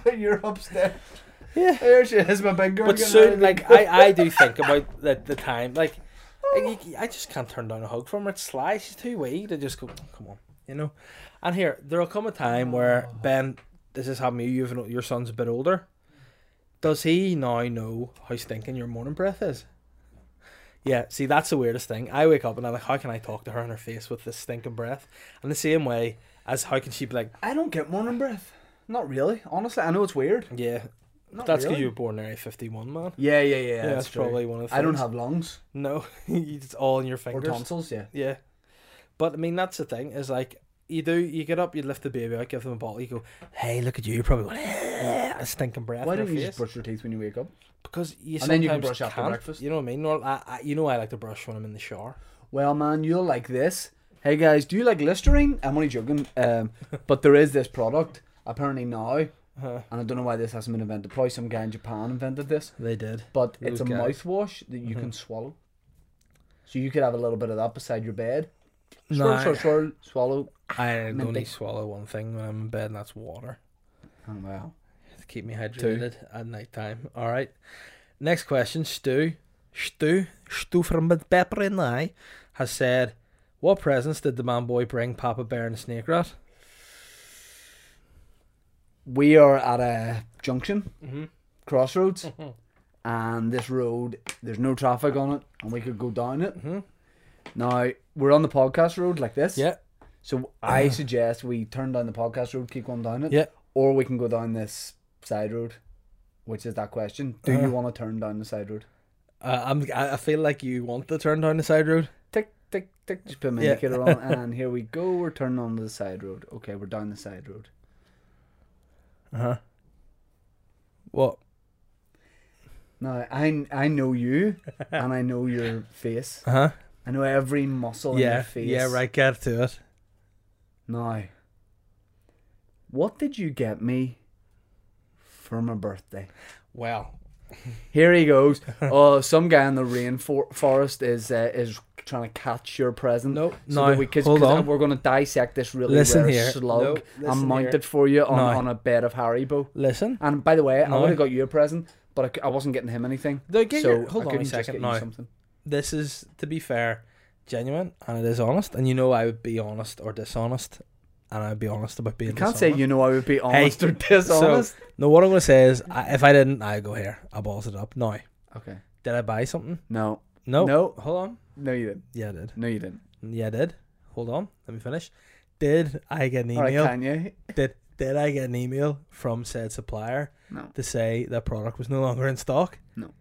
S2: but you're upstairs.
S1: Yeah.
S2: There she is, my big girl.
S1: But
S2: getting
S1: soon,
S2: ready to
S1: like,
S2: go.
S1: I, I do think about the, the time. Like, I, I just can't turn down a hug from her. It's sly. She's too wee to just go, come on, you know? And here, there'll come a time where
S2: Oh.
S1: Ben, this is happening to you, even though your son's a bit older. Does he now know how stinking your morning breath is? Yeah, see, that's the weirdest thing. I wake up and I'm like, how can I talk to her in her face with this stinking breath? And the same way as how can she be like,
S2: <laughs> I don't get morning breath. Not really. Honestly, I know it's weird.
S1: yeah,
S2: Not
S1: that's because
S2: really.
S1: you were born in Area 51, man.
S2: Yeah, yeah, yeah.
S1: Yeah, that's
S2: true.
S1: probably one of the
S2: I don't
S1: things.
S2: have lungs
S1: No, <laughs> it's all in your
S2: or
S1: fingers.
S2: tonsils. Yeah.
S1: Yeah. But I mean, that's the thing is like, you do, you get up, you lift the baby out, give them a bottle, you go, hey, look at you, you're probably going, "Eh," a stinking breath.
S2: Why
S1: in
S2: don't
S1: their
S2: you
S1: face.
S2: just brush your teeth when you wake up?
S1: Because you sometimes
S2: And then you can brush
S1: brush
S2: after
S1: after
S2: breakfast.
S1: You know what I mean? Well, I, I, you know I like to brush when I'm in the shower.
S2: Well, man, you'll like this. Hey guys, do you like Listerine? I'm only joking. <laughs> Um, but there is this product apparently now, and
S1: Uh,
S2: I don't know why this hasn't been invented. Probably some guy in Japan invented this.
S1: they did.
S2: But
S1: Those
S2: it's a
S1: guys.
S2: mouthwash that you can
S1: Mhm.
S2: swallow. So you could have a little bit of that beside your bed. Swirl,
S1: No,
S2: swirl, swirl, swallow.
S1: I
S2: mean,
S1: only
S2: they-
S1: swallow one thing when I'm in bed, and that's water
S2: Oh, wow.
S1: to keep me hydrated at night time. All right. Next question, Stu. Stu, Stu from Bad Pepper and I has said, What presents did the man boy bring Papa Bear and Snake Rat?
S2: We are at a junction,
S1: Mm-hmm.
S2: crossroads, and this road, there's no traffic on it, and we could go down it.
S1: Mm-hmm.
S2: Now, we're on the podcast road like this.
S1: Yeah. Uh-huh.
S2: So I suggest we turn down the podcast road, keep going down it.
S1: Yeah.
S2: Or we can go down this side road, which is that question. Do
S1: Uh-huh.
S2: you want to turn down the side road?
S1: Uh, I'm, I I feel like you want to turn down the side road.
S2: Tick, tick, tick. Just put my
S1: Yeah.
S2: indicator
S1: <laughs>
S2: on, and here we go. We're turning onto the side road. Okay, we're down the side road.
S1: Uh
S2: Uh-huh.
S1: huh. What?
S2: Now, I, I
S1: <laughs>
S2: know you, and I know your face.
S1: Uh huh.
S2: I know every muscle in your
S1: Yeah.
S2: face.
S1: Yeah, right, get to it.
S2: Now, what did you get me for my birthday?
S1: Well,
S2: Here he goes.
S1: <laughs>
S2: Oh, some guy in the rainforest is uh, is trying to catch your present.
S1: Nope.
S2: so
S1: No,
S2: that we, cause,
S1: hold
S2: 'cause
S1: on.
S2: We're going to dissect this really
S1: Listen
S2: rare
S1: here.
S2: slug
S1: Nope,
S2: and
S1: listen
S2: mount
S1: here.
S2: it for you on,
S1: No.
S2: on a bed of Haribo.
S1: listen.
S2: And by the way, I
S1: No.
S2: would have got you a present, but I c- I, wasn't getting him anything.
S1: No, get
S2: so
S1: your- hold on
S2: I
S1: a
S2: couldn't just
S1: second
S2: get you
S1: now.
S2: something.
S1: This is, to be fair, genuine and it is honest. And you know I would be honest or dishonest. And I'd be honest about being
S2: You can't
S1: dishonest.
S2: say you know I would be
S1: <laughs>
S2: honest or dishonest.
S1: No, what I'm going to say is I, if I didn't, I'd go here. I balls it up. Now,
S2: okay.
S1: did I buy something?
S2: No.
S1: No.
S2: No.
S1: Hold on.
S2: No, you didn't.
S1: Yeah, I did.
S2: No, you didn't.
S1: Yeah, I did. Hold on. Let me finish. Did I get an
S2: All right,
S1: email?
S2: Kanye.
S1: did did I get an email from said supplier
S2: No.
S1: to say that product was no longer in stock?
S2: No.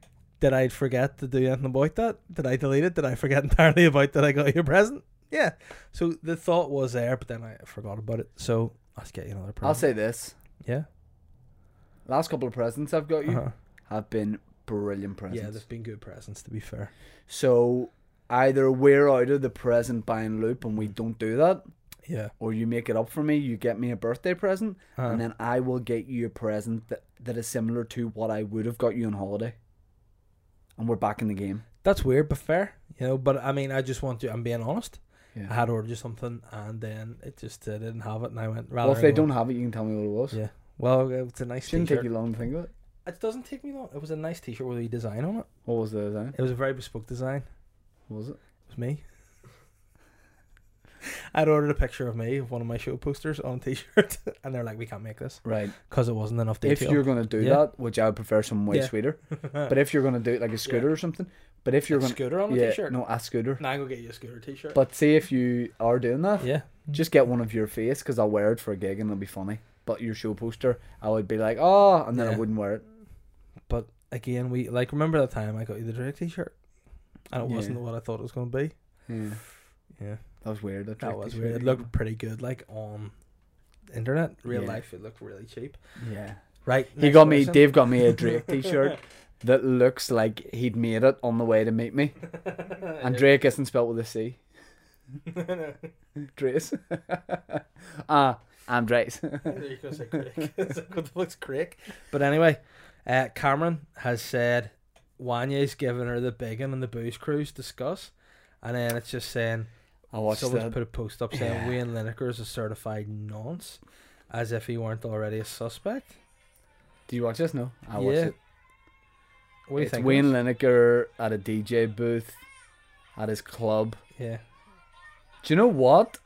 S1: Did I forget to do anything about that? Did I delete it? Did I forget <laughs> entirely about that I got you a present? Yeah. So the thought was there, but then I forgot about it. So I'll just get you another present.
S2: I'll say this.
S1: Yeah.
S2: Last couple of presents I've got you
S1: Uh-huh.
S2: have been brilliant presents.
S1: Yeah, there's been good presents to be fair.
S2: So either we're out of the present buying loop and we don't do that,
S1: Yeah.
S2: or you make it up for me, you get me a birthday present,
S1: Uh,
S2: and then I will get you a present that, that is similar to what I would have got you on holiday. And we're back in the game.
S1: that's weird, but fair. You know, but I mean, I just want to. I'm being honest. I
S2: Yeah.
S1: had ordered you something, and then it just uh, didn't have it, and I went. Rather
S2: Well, if they
S1: than going-
S2: don't have it, you can tell me what it was.
S1: Yeah. Well, it's a nice
S2: Shouldn't
S1: t-shirt.
S2: take you long to think of it.
S1: It doesn't take me long. It was a nice T-shirt with a design on it.
S2: What was the design?
S1: It was a very bespoke design.
S2: What was it?
S1: It was
S2: <laughs>
S1: me. I'd ordered a picture of me of one of my show posters on a T-shirt, <laughs> and they're like, "We can't make this
S2: Right.
S1: because it wasn't enough
S2: If
S1: detail."
S2: you're gonna do
S1: Yeah.
S2: that, which I would prefer some way
S1: Yeah.
S2: sweeter,
S1: <laughs>
S2: but if you're gonna do it like a scooter or something, but if you're
S1: a
S2: gonna
S1: scooter on a
S2: yeah,
S1: T-shirt,
S2: no, a scooter.
S1: now I go get you a scooter T-shirt.
S2: But see if you are doing that,
S1: yeah,
S2: Just get one of your face because I'll wear it for a gig and it'll be funny. But your show poster, I would be like, oh, and then I
S1: Yeah.
S2: wouldn't wear it.
S1: but again, we like remember that time I got you the Drake T-shirt, and it
S2: Yeah.
S1: wasn't what I thought it was going to be.
S2: Yeah,
S1: Yeah,
S2: that was weird.
S1: that was weird. It looked pretty good, like on internet, real
S2: Yeah.
S1: life. It looked really cheap.
S2: Yeah,
S1: Right.
S2: he got me. Dave got me
S1: <laughs>
S2: a Drake T-shirt that looks like he'd made it on the way to meet me. And
S1: <laughs>
S2: Drake isn't spelled with a C. Drace. <laughs> Ah, I'm Drace.
S1: You're gonna say <laughs> Craig. It's like, what the fuck's Craig? But anyway, uh, Cameron has said Wanya's giving her the big one and the booze cruise discuss, and then it's just saying
S2: I watched
S1: Someone's
S2: that.
S1: put a post up saying
S2: Yeah.
S1: Wayne Lineker is a certified nonce, as if he weren't already a suspect.
S2: Do you watch this? No, I watched
S1: Yeah.
S2: it.
S1: What do you
S2: it's
S1: think?
S2: Wayne
S1: Liz?
S2: Lineker at a DJ booth at his club.
S1: Yeah.
S2: Do you know what?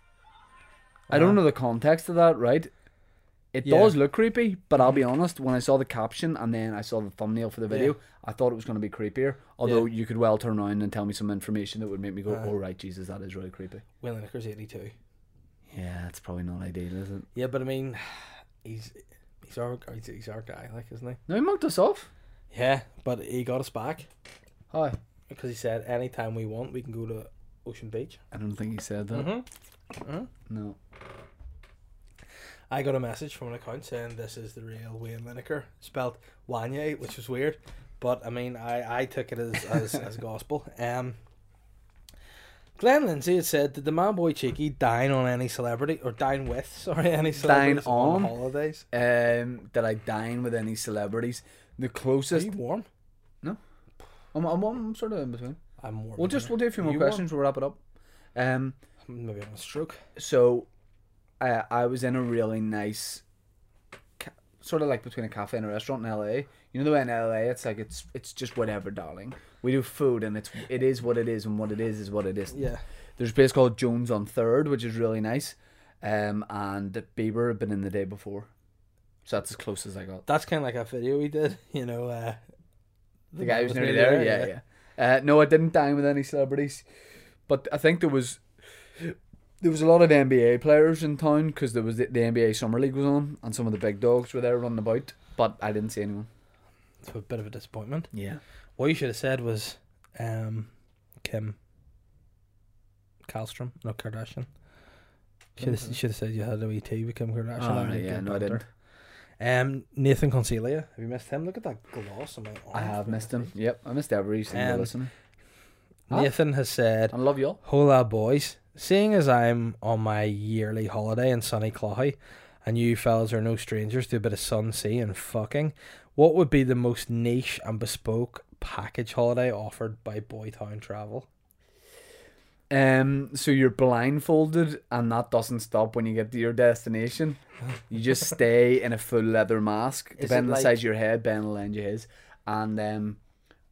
S2: I don't
S1: Uh-huh.
S2: know the context of that, right? It
S1: Yeah.
S2: does look creepy, but I'll be honest, when I saw the caption and then I saw the thumbnail for the video,
S1: Yeah.
S2: I thought it was going to be creepier. Although you could well turn around and tell me some information that would make me go,
S1: Uh.
S2: oh, right, Jesus, that is really creepy.
S1: Wayne Lineker's 82.
S2: Yeah, it's probably not ideal, is it?
S1: Yeah, but I mean, he's he's our he's, he's our guy, like, isn't he?
S2: No, he mugged us off.
S1: Yeah, but he got us back
S2: Hi.
S1: because he said anytime we want, we can go to Ocean Beach.
S2: I don't think he said that.
S1: Mm-hmm.
S2: No.
S1: I got a message from an account saying this is the real Wayne Lineker, spelled Wanye, which was weird, but I mean, I, I took it as,
S2: <laughs>
S1: as, as gospel. Um, Glenn Lindsay had said, Did the man boy Cheeky dine on any celebrity, or dine with, <laughs> sorry, any celebrities
S2: on?
S1: holidays?
S2: Um, did I dine with any celebrities? The
S1: Are
S2: closest.
S1: you warm?
S2: I'm, I'm, I'm sort of in between.
S1: I'm warm.
S2: We'll just
S1: here.
S2: we'll do a few more
S1: You warm?
S2: questions. We'll wrap it up. Um,
S1: Maybe I'm a stroke.
S2: so uh, I was in a really nice ca- sort of like between a cafe and a restaurant in LA. You know the way in LA it's like it's it's just whatever, darling. We do food and it's it is what it is and what it is is what it isn't.
S1: Yeah.
S2: There's a place called Jones on Third, which is really nice. Um and Bieber had been in the day before. So that's as close as I got.
S1: That's kind of like that video we did, <laughs> you know. Uh,
S2: The, guy who's nearly there, yeah, yeah. Uh, no, I didn't dine with any celebrities, but I think there was there was a lot of NBA players in town because there was the, the NBA summer league was on, and some of the big dogs were there running about. But I didn't see anyone.
S1: It's a bit of a disappointment.
S2: Yeah,
S1: What you should have said was um, Kim Kalstrom, not Kardashian. Should have,
S2: Kim
S1: should have said you had a wee tea with Kim Kardashian.
S2: Oh,
S1: I
S2: right,
S1: didn't
S2: Mm-hmm. yeah,
S1: get
S2: no, I
S1: that
S2: didn't.
S1: there. Um, Nathan Concelia, have you missed him? Look at that gloss on my arm.
S2: I have
S1: for
S2: missed
S1: goodness
S2: him. Yep, I missed every single
S1: Um,
S2: listener.
S1: sake. Nathan
S2: Ah.
S1: has said,
S2: I love y'all.
S1: Hola, boys. Seeing as I'm on my yearly holiday in sunny Cloughey, and you fellas are no strangers to a bit of sun, sea, and fucking, what would be the most niche and bespoke package holiday offered by Boytown Travel?
S2: Um, so you're blindfolded, and that doesn't stop when you get to your destination.
S1: <laughs>
S2: You just stay in a full leather mask,
S1: Is it
S2: depending on the
S1: like-
S2: size of your head. Ben will lend you his, and um,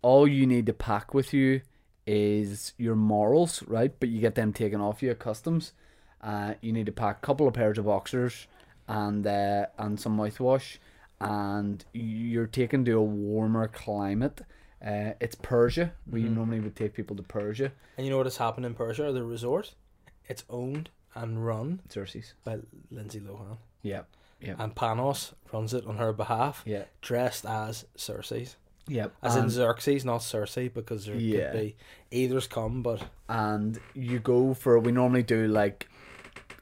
S2: all you need to pack with you is your morals, right? But you get them taken off you at customs. Uh, you need to pack a couple of pairs of boxers and uh, and some mouthwash, and you're taken to a warmer climate. Uh, it's Persia. We
S1: Mm-hmm.
S2: normally would take people to Persia.
S1: And you know what has happened in Persia? The resort, it's owned and run
S2: Xerxes.
S1: by Lindsay Lohan,
S2: Yeah. Yeah.
S1: and Panos runs it on her behalf,
S2: Yeah.
S1: dressed as Cersei's,
S2: Yep.
S1: as in
S2: and,
S1: Xerxes, not Cersei, because there
S2: Yeah.
S1: could be either's come, but
S2: and you go for we normally do like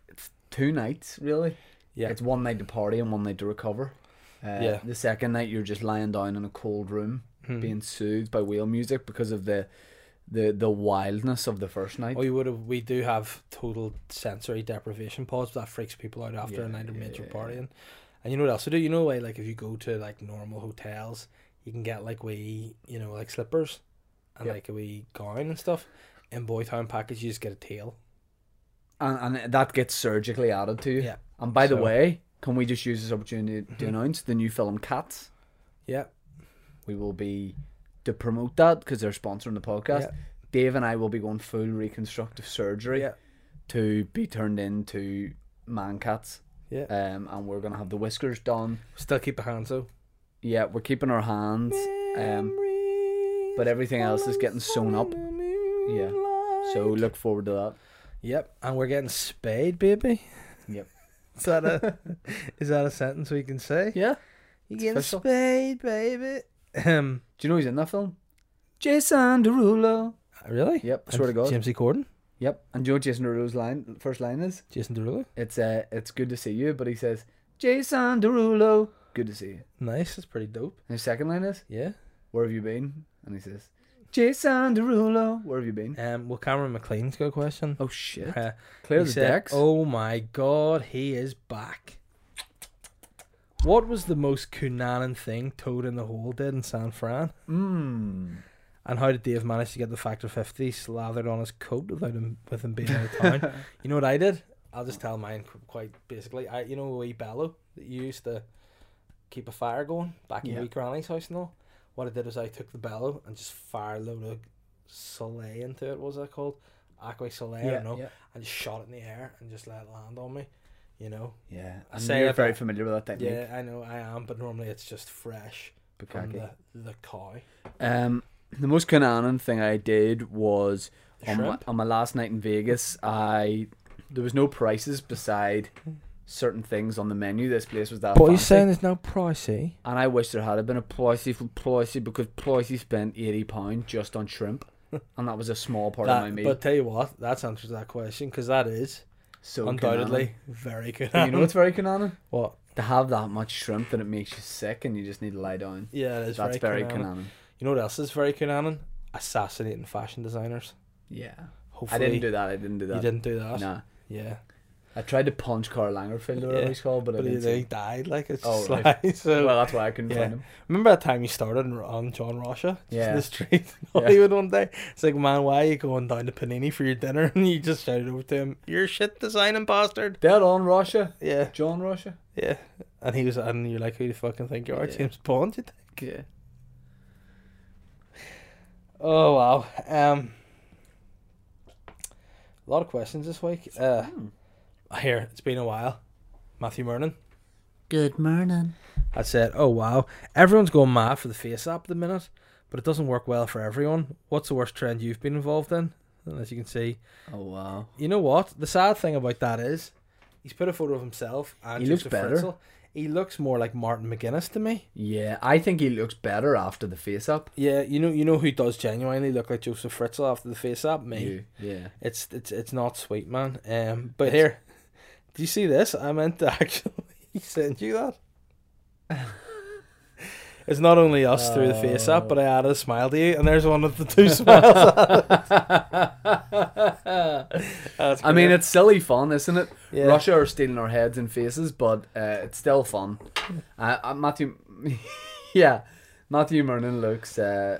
S2: it's two nights really.
S1: Yeah.
S2: It's one night to party and one night to recover. Uh,
S1: Yeah. Mm-hmm.
S2: The second night you're just lying down in a cold room,
S1: Hmm.
S2: being soothed by whale music because of the the the wildness of the first night.
S1: We would have. We do have total sensory deprivation pods that freaks people out after
S2: Yeah,
S1: a night of
S2: yeah,
S1: major
S2: yeah,
S1: partying. And you know what else we do? You know, like like if you go to like normal hotels, you can get like we you know like slippers, and
S2: Yep.
S1: like a wee gown and stuff. In Boytown package, you just get a tail.
S2: and, and that gets surgically added to you.
S1: Yeah.
S2: And by the
S1: So- Mm-hmm.
S2: way, can we just use this opportunity to announce the new film Cats?
S1: Yeah,
S2: we will be to promote that because they're sponsoring the podcast.
S1: Yeah.
S2: Dave and I will be going full reconstructive surgery
S1: Yeah.
S2: to be turned into man cats.
S1: Yeah.
S2: Um, and we're gonna have the whiskers done.
S1: still keep the hands though.
S2: Yeah, we're keeping our hands. Um, but everything else is getting sewn up. Yeah. So look forward to that.
S1: Yep, and we're getting spayed, baby.
S2: Yep.
S1: <laughs> Is that a is that a sentence we can say?
S2: Yeah.
S1: You getting
S2: official.
S1: spayed, baby? Um,
S2: Do you know he's in that film? Jason Derulo.
S1: really?
S2: Yep. I
S1: And
S2: swear to God.
S1: James E. Corden,
S2: Yep. And do you know what Jason Derulo's line, first line is?
S1: Jason Derulo.
S2: It's uh, it's good to see you, but he says, Jason Derulo, good to see you.
S1: Nice, that's pretty dope.
S2: And his second line is,
S1: Yeah.
S2: Where have you been? And he says, Jason Derulo, where have you been?
S1: Um. Well, Cameron McLean's got a question.
S2: Oh shit.
S1: Uh,
S2: Clear
S1: he
S2: the
S1: said,
S2: decks.
S1: Oh my God, he is back. What was the most Cunanan thing Toad in the Hole did in San Fran?
S2: Mm.
S1: And how did Dave manage to get the factor 50 slathered on his coat without him with him being out of
S2: <laughs>
S1: town? you know what I did? I'll just tell mine qu- quite basically. I, you know, a wee bellow that you used to keep a fire going back in
S2: Yeah.
S1: wee granny's house and all. What I did was I took the bellow and just fire a load of soleil into it. What was that called? Aqua soleil, I don't know.
S2: yeah.
S1: And just shot it in the air and just let it land on me. You know.
S2: yeah.
S1: I
S2: I
S1: say
S2: know you're
S1: that-
S2: very familiar with that technique.
S1: Yeah, I know I am, but normally it's just fresh from
S2: Bukkake.
S1: the, the cow.
S2: Um, the most Canaan thing I did was on my,
S1: Shrimp?
S2: on my last night in Vegas. I there was no prices beside certain things on the menu. This place was that. fancy.
S1: there's no pricey?
S2: And I wish there had been a pricey for pricey because pricey spent eighty pound just on <laughs> shrimp, and that was a small part of my meal.
S1: but tell you what, that's answers that question because that is
S2: so
S1: undoubtedly very good.
S2: Canaan. you know what's
S1: <laughs>
S2: very Canaan?
S1: what?
S2: To have that much shrimp that it makes you sick and you just need to lie down.
S1: Yeah, it is
S2: That's very
S1: very,
S2: Canaan.
S1: Cunanan. You know what else is very Cunanan? Assassinating fashion designers.
S2: Yeah, I
S1: Hopefully,
S2: didn't do that. I didn't do that.
S1: you didn't do that.
S2: Nah,
S1: Yeah,
S2: I tried to punch Carl Langerfield or whatever
S1: Yeah,
S2: he's called, but,
S1: but
S2: I
S1: he,
S2: didn't.
S1: they
S2: see
S1: died like it's
S2: Oh,
S1: just
S2: right.
S1: like- <laughs> so.
S2: Well, that's why I couldn't
S1: Yeah.
S2: find him.
S1: Remember that time you started in- on John Russia?
S2: Yeah.
S1: in the street <laughs> in
S2: Yeah.
S1: Hollywood one day. It's like, man, why are you going down to Panini for your dinner? <laughs> And you just shouted over to him, "You're a shit designing bastard."
S2: Dead on Russia,
S1: Yeah.
S2: John Russia.
S1: Yeah. And he was, and you're like, who do you fucking think you are?
S2: Yeah.
S1: James Bond, you think?
S2: Yeah.
S1: Oh, wow. Um, a lot of questions this week. Uh, here, it's been a while. Matthew Mernon.
S2: Good morning.
S1: I said, oh, wow. Everyone's going mad for the face app at the minute, but it doesn't work well for everyone. What's the worst trend you've been involved in? And as you can see,
S2: Oh wow.
S1: you know what? The sad thing about that is he's put a photo of himself and
S2: He looks
S1: Joseph
S2: better.
S1: Fritzl. He looks more like Martin McGuinness to me.
S2: Yeah, I think he looks better after the face up.
S1: Yeah, you know, you know who does genuinely look like Joseph Fritzl after the face up me.
S2: You. Yeah.
S1: It's it's it's not sweet, man. Um, but here, do you see this? I meant to <laughs> actually send you that. It's not only us through the face app, but I added a smile to you, and there's one of the two smiles. That's
S2: <laughs> I mean,
S1: great.
S2: it's silly fun, isn't it?
S1: Yeah.
S2: Russia are stealing our heads and faces, but uh, it's still fun. Uh, uh, Matthew, <laughs> yeah, Matthew Mernon looks uh,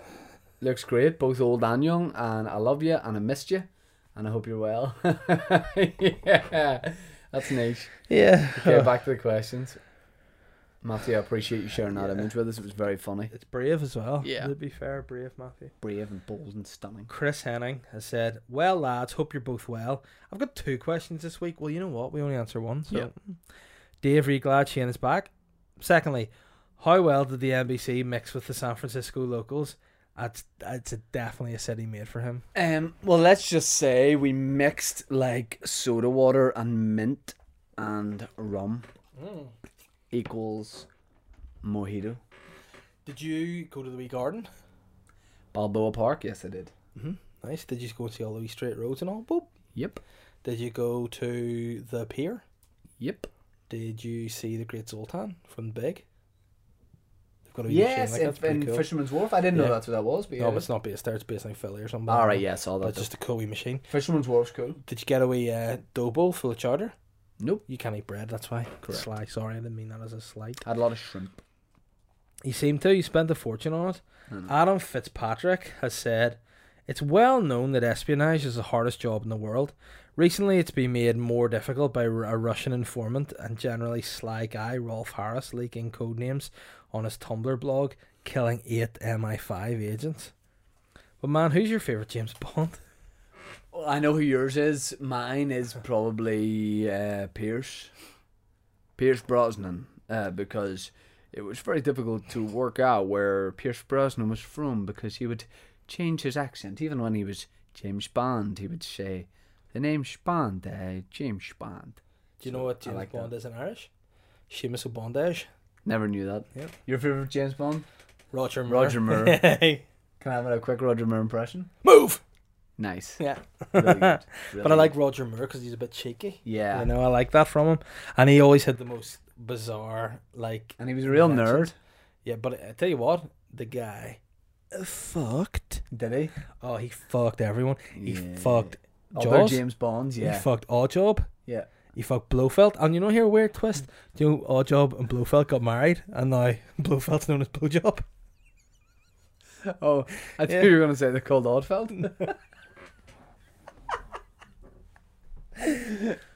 S2: looks great, both old and young. And I love you, and I missed you, and I hope you're well. <laughs> yeah, that's nice.
S1: yeah,
S2: Okay, back to the questions. Matthew, I appreciate you sharing that image with us. It was very funny.
S1: it's brave as well.
S2: Yeah.
S1: to be fair, brave Matthew.
S2: Brave and bold and stunning.
S1: Chris Henning has said, "Well, lads, hope you're both well. I've got two questions this week. Well, you know what? We only answer one. So, Dave, are you glad Shane is back? Secondly, how well did the NBC mix with the San Francisco locals? That's that's a, definitely a city made for him.
S2: Um, well, let's just say we mixed like soda water and mint and rum Mm. equals mojito.
S1: Did you go to the wee garden?
S2: Balboa Park, yes, I did.
S1: Nice. Did you go and see all the wee straight roads and all? Boop.
S2: Yep,
S1: Did you go to the pier?
S2: yep.
S1: Did you see the Great Zoltan from Big? They've got a wee
S2: Yes,
S1: machine like that. It's
S2: in,
S1: pretty
S2: in
S1: cool.
S2: Fisherman's Wharf. I didn't
S1: Yeah.
S2: know that's what that was, but yeah.
S1: No, but it's not based there. It's based in Philly or something.
S2: All right, yeah, I
S1: But
S2: saw that.
S1: it's
S2: Just...
S1: just a Kobe machine.
S2: Fisherman's Wharf's cool.
S1: Did you get away uh, dough bowl full of chowder?
S2: Nope,
S1: You can't eat bread, that's why.
S2: Correct.
S1: Sly, sorry, I didn't mean that as a slight.
S2: had a lot of shrimp.
S1: You seem to. You spent a fortune on it. Adam Fitzpatrick has said, It's well known that espionage is the hardest job in the world. Recently, it's been made more difficult by r- a Russian informant and generally sly guy, Rolf Harris, leaking code names on his Tumblr blog, killing eight MI5 agents. But man, who's your favourite James Bond?
S2: Well, I know who yours is. Mine is probably uh, Pierce, Pierce Brosnan, uh, because it was very difficult to work out where Pierce Brosnan was from because he would change his accent even when he was James Bond. He would say, "The name's Bond, uh, James Bond."
S1: Do you know
S2: So,
S1: what
S2: I
S1: James
S2: like that.
S1: Bond is in Irish? Seamus O'Bondage.
S2: Never knew that.
S1: Yep.
S2: Your favorite James Bond?
S1: Roger Moore. <laughs>
S2: Roger Moore. Can I have a quick Roger Moore impression?
S1: Move!
S2: Nice.
S1: Yeah.
S2: Really good.
S1: <laughs> But I like Roger Moore because he's a bit cheeky.
S2: Yeah.
S1: You know, I like that from him. And he always had the most bizarre, like.
S2: And he was a real nerd.
S1: inventions. Yeah, but I tell you what, the guy fucked.
S2: Did he?
S1: Oh, he fucked everyone. He
S2: Yeah.
S1: fucked
S2: Other
S1: Jaws.
S2: James Bonds, yeah.
S1: He fucked Oddjob.
S2: yeah.
S1: He fucked Blofeld. And you know, here, a weird twist. Do you know, Oddjob and Blofeld got married, and now Blofeld's known as Blowjob.
S2: <laughs> Oh, I thought
S1: Yeah.
S2: you were going to say they're called <laughs> Oddfeld.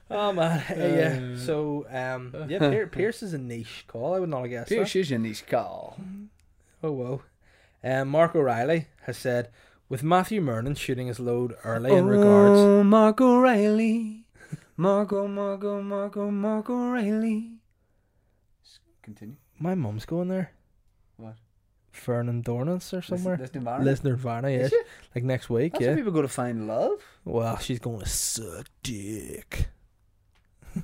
S1: Oh man, <laughs> yeah.
S2: Uh.
S1: So um, yeah,
S2: <laughs>
S1: Pier- Pierce is a niche call. I would not have guessed. that.
S2: Pierce is in his call.
S1: Oh whoa. Um, Mark O'Reilly has said, with Matthew Mernon shooting his load early in regards.
S2: Oh, Mark O'Reilly. Marco, Marco, Marco, Mark O'Reilly. Continue.
S1: My mum's going there.
S2: What?
S1: Fernan Dornance or somewhere.
S2: Listen, listen to
S1: Listener Varna, yeah.
S2: Is she?
S1: Like next week,
S2: That's where
S1: yeah.
S2: people go to find love.
S1: Well, she's going to suck dick. <laughs>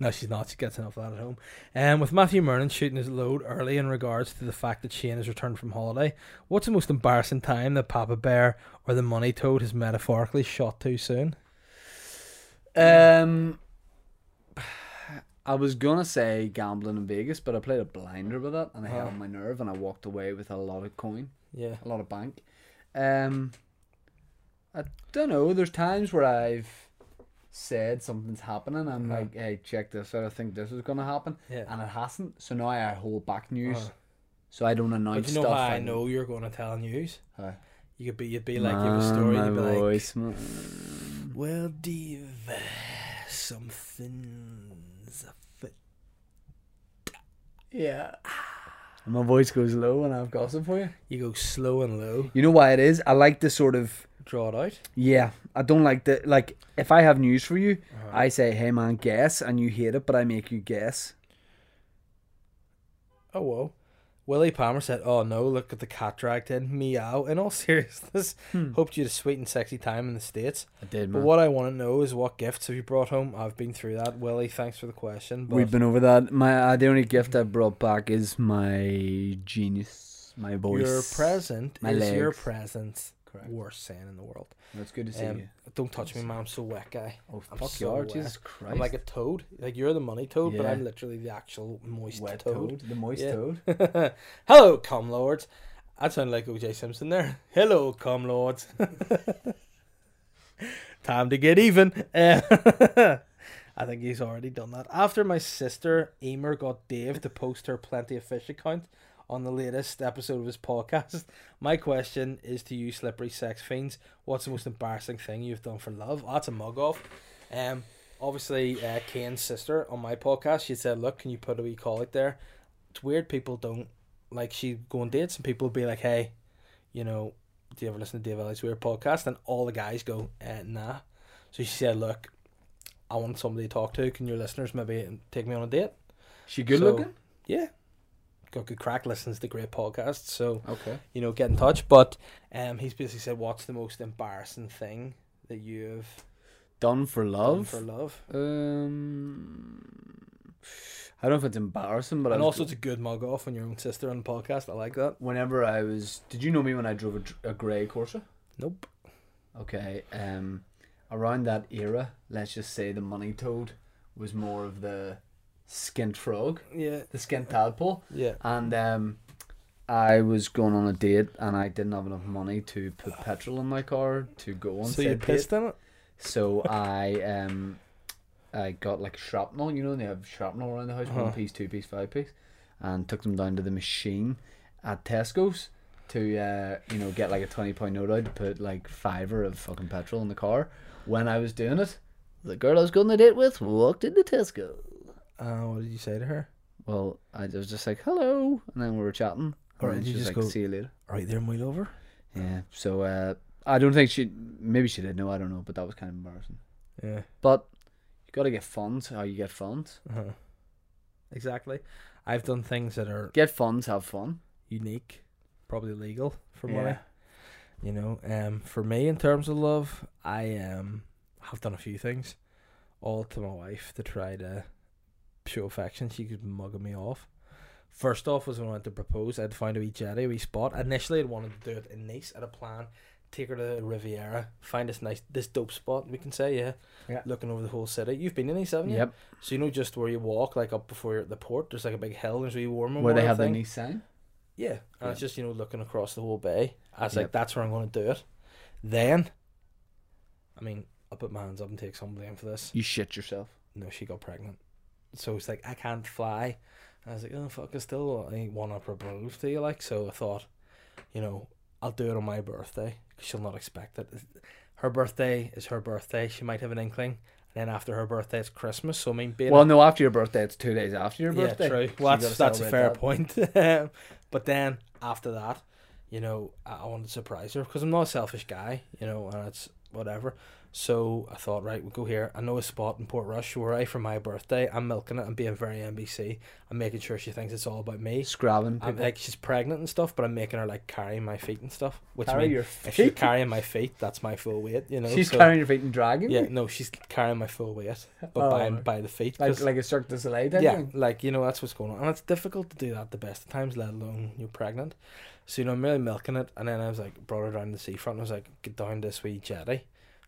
S1: no, she's not. She gets enough of that at home. Um, with Matthew Mernon shooting his load early in regards to the fact that Shane has returned from holiday, what's the most embarrassing time that Papa Bear or the Money Toad has metaphorically shot too soon?
S2: Um, <sighs> I was gonna say gambling in Vegas, but I played a blinder with it, and I
S1: Huh.
S2: held my nerve, and I walked away with a lot of coin,
S1: Yeah.
S2: a lot of bank. Um, I don't know. There's times where I've said something's happening. I'm
S1: Uh-huh.
S2: like, hey, check this out. I think this is gonna happen,
S1: Yeah.
S2: and it hasn't. So now I hold back news,
S1: Uh-huh.
S2: so I don't announce
S1: But you know
S2: stuff.
S1: how I
S2: and-
S1: know you're going to tell news?
S2: Huh.
S1: You could be, you'd be like, you have a story,
S2: Man,
S1: you'd be
S2: my
S1: like,
S2: voice, man.
S1: Well, Dave, something's afoot.
S2: Yeah. My voice goes low when I have gossip for you.
S1: You go slow and low,
S2: You know why it is? I like the sort of
S1: draw it out.
S2: yeah. I don't like the like if I have news for you,
S1: Uh-huh.
S2: I say, "Hey man, guess," and you hate it, but I make you guess.
S1: Oh, whoa. Willie Palmer said, Oh no, look at the cat dragged in. Meow. In all <laughs> seriousness, hoped you had a sweet and sexy time in the States.
S2: I did,
S1: Hmm. But what I want to know is what gifts have you brought home? I've been through that. Willie, thanks for the question. But
S2: We've been over that. My uh, the only gift I brought back is my genius, my voice.
S1: your present
S2: My
S1: is your
S2: legs.
S1: present.
S2: Correct.
S1: Worst saying in the world.
S2: That's good to see
S1: Um,
S2: you.
S1: don't touch me, man. I'm so wet, guy.
S2: Oh,
S1: I'm
S2: fuck
S1: so
S2: you are,
S1: wet.
S2: Jesus Christ!
S1: I'm like a toad. Like you're the money toad, but
S2: Yeah.
S1: I'm literally the actual moist
S2: wet
S1: toad.
S2: toad, the moist
S1: Yeah.
S2: toad.
S1: <laughs> Hello, cum lords. I sound like OJ Simpson there. Hello, cum lords. <laughs> Time to get even. Eh, <laughs> I think he's already done that. After my sister Emer got Dave to post her Plenty of Fish account on the latest episode of his podcast, <laughs> my question is to you, slippery sex fiends. What's the most embarrassing thing you've done for love? Oh, that's a mug off. Um, obviously, uh, Kane's sister on my podcast, she said, "Look, can you put a wee call out there?" It's weird people don't like she go on dates and people be like, "Hey, you know, do you ever listen to Dave Elliott's Weird podcast?" And all the guys go, eh, "Nah." So she said, "Look, I want somebody to talk to. Can your listeners maybe take me on a date?"
S2: She good
S1: So-
S2: looking.
S1: Yeah. Got good crack listens to great podcasts, so
S2: Okay.
S1: you know, get in touch. But um, he's basically said, "What's the most embarrassing thing that you've
S2: Done for
S1: done
S2: love.
S1: for love?"
S2: Um, I don't know if it's embarrassing, but I
S1: and
S2: was
S1: also, it's a good mug off on your own sister on the podcast. I like that.
S2: whenever I was, did you know me when I drove a, dr- a grey Corsa?
S1: Nope.
S2: Okay. Um, around that era, let's just say the money toad was more of the skint frog,
S1: Yeah.
S2: the skint tadpole,
S1: Yeah.
S2: and um, I was going on a date and I didn't have enough money to put petrol in my car to go on.
S1: so you
S2: said date.
S1: pissed on it? <laughs>
S2: So I um I got like shrapnel, you know, they have shrapnel around the house,
S1: Uh-huh.
S2: one piece, two piece, five piece, and took them down to the machine at Tesco's to uh, you know get like a twenty pound note out to put like fiver of fucking petrol in the car. When I was doing it, the girl I was going to date with walked into Tesco.
S1: Uh, what did you say to her?
S2: Well, I was just like hello, and then we were chatting.
S1: Or
S2: and then
S1: did
S2: she
S1: you
S2: was
S1: just
S2: like,
S1: go-
S2: see you later.
S1: Right there, my lover.
S2: Yeah. So uh, I don't think she. Maybe she did know. I don't know. But that was kind of embarrassing.
S1: Yeah.
S2: But you gotta get funds. How you get funds?
S1: Uh-huh. Exactly. I've done things that are
S2: Get funds. Have fun.
S1: unique, probably illegal for
S2: Yeah.
S1: money. You know, um, for me in terms of love, I um have done a few things, all to my wife to try to show affection. She was mugging me off. First off was when I went to propose. I'd find a wee jetty, a wee spot. Initially, I'd wanted to do it in Nice. I had a plan. Take her to the Riviera, find this nice, this dope spot. We can say, yeah,
S2: Yeah.
S1: looking over the whole city. You've been in Nice, haven't you?
S2: Yep.
S1: So you know just where you walk, like up before you're at the port. There's like a big hill. There's a wee warm
S2: Where they have
S1: thing.
S2: the nice sign.
S1: Yeah, and
S2: Yeah.
S1: it's just you know looking across the whole bay. I was
S2: Yep.
S1: like, that's where I'm going to do it. Then, I mean, I'll put my hands up and take some blame for this.
S2: You shit yourself.
S1: No, she got pregnant, so it's like I can't fly. And I was like, oh fuck, I still I want to propose to you, like. So I thought, you know, I'll do it on my birthday. she she'll not expect it. Her birthday is her birthday. She might have an inkling. And then after her birthday, it's Christmas. So, I mean, being
S2: Well, no, after your birthday, it's two days after your birthday.
S1: yeah, true.
S2: So
S1: Well,
S2: you
S1: that's,
S2: gotta
S1: that's a fair
S2: celebrate
S1: point. <laughs> but then after that, you know, I, I wanted to surprise her because I'm not a selfish guy, you know, and it's whatever. So I thought, right, we'll go here. I know a spot in Port Rush where I, for my birthday, I'm milking it. I'm being very NBC. I'm making sure she thinks it's all about
S2: that.
S1: me.
S2: Scrabbing
S1: I'm
S2: people.
S1: like she's pregnant and stuff, but I'm making her like carry my feet and stuff. Which
S2: Carry
S1: means
S2: your
S1: if she's
S2: feet? <laughs>
S1: carrying my feet, that's my full weight, you know.
S2: She's
S1: so-
S2: carrying your feet and dragging
S1: Yeah,
S2: you?
S1: no, she's carrying my full weight, but
S2: Oh,
S1: by
S2: right.
S1: by the feet. 'cause-
S2: Like, like a Cirque du Soleil type
S1: yeah, <laughs>
S2: thing?
S1: like you know that's what's going on, and it's difficult to do that the best of times, let alone you're pregnant. So you know I'm really milking it, and then I was like brought her down to the seafront, and I was like get down this wee jetty.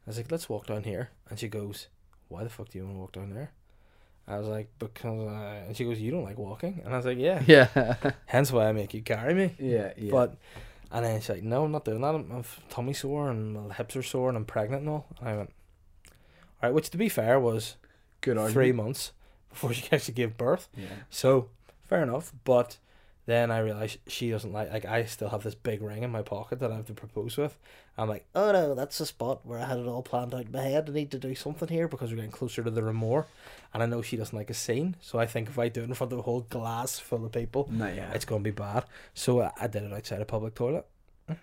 S1: I was like let's walk down here, and she goes, why the fuck do you want to walk down there? I was like because, I... and she goes you don't like walking, and I was like
S2: <laughs>
S1: yeah,
S2: Yeah.
S1: hence why I make you carry me.
S2: yeah, yeah.
S1: But and then she's like, no, I'm not doing that. I'm, my tummy sore and my hips are sore and I'm pregnant and all. And I went, all right, which to be fair was
S2: good argument.
S1: three months before she <laughs> actually gave birth.
S2: Yeah.
S1: So fair enough, but then I realized she doesn't like. Like I still have this big ring in my pocket that I have to propose with. I'm like, oh no, that's the spot where I had it all planned out in my head. I need to do something here because we're getting closer to the remore, and I know she doesn't like a scene. So I think if I do it in front of a whole glass full of people,
S2: No, yeah.
S1: it's gonna be bad. So I, I did it outside a public toilet,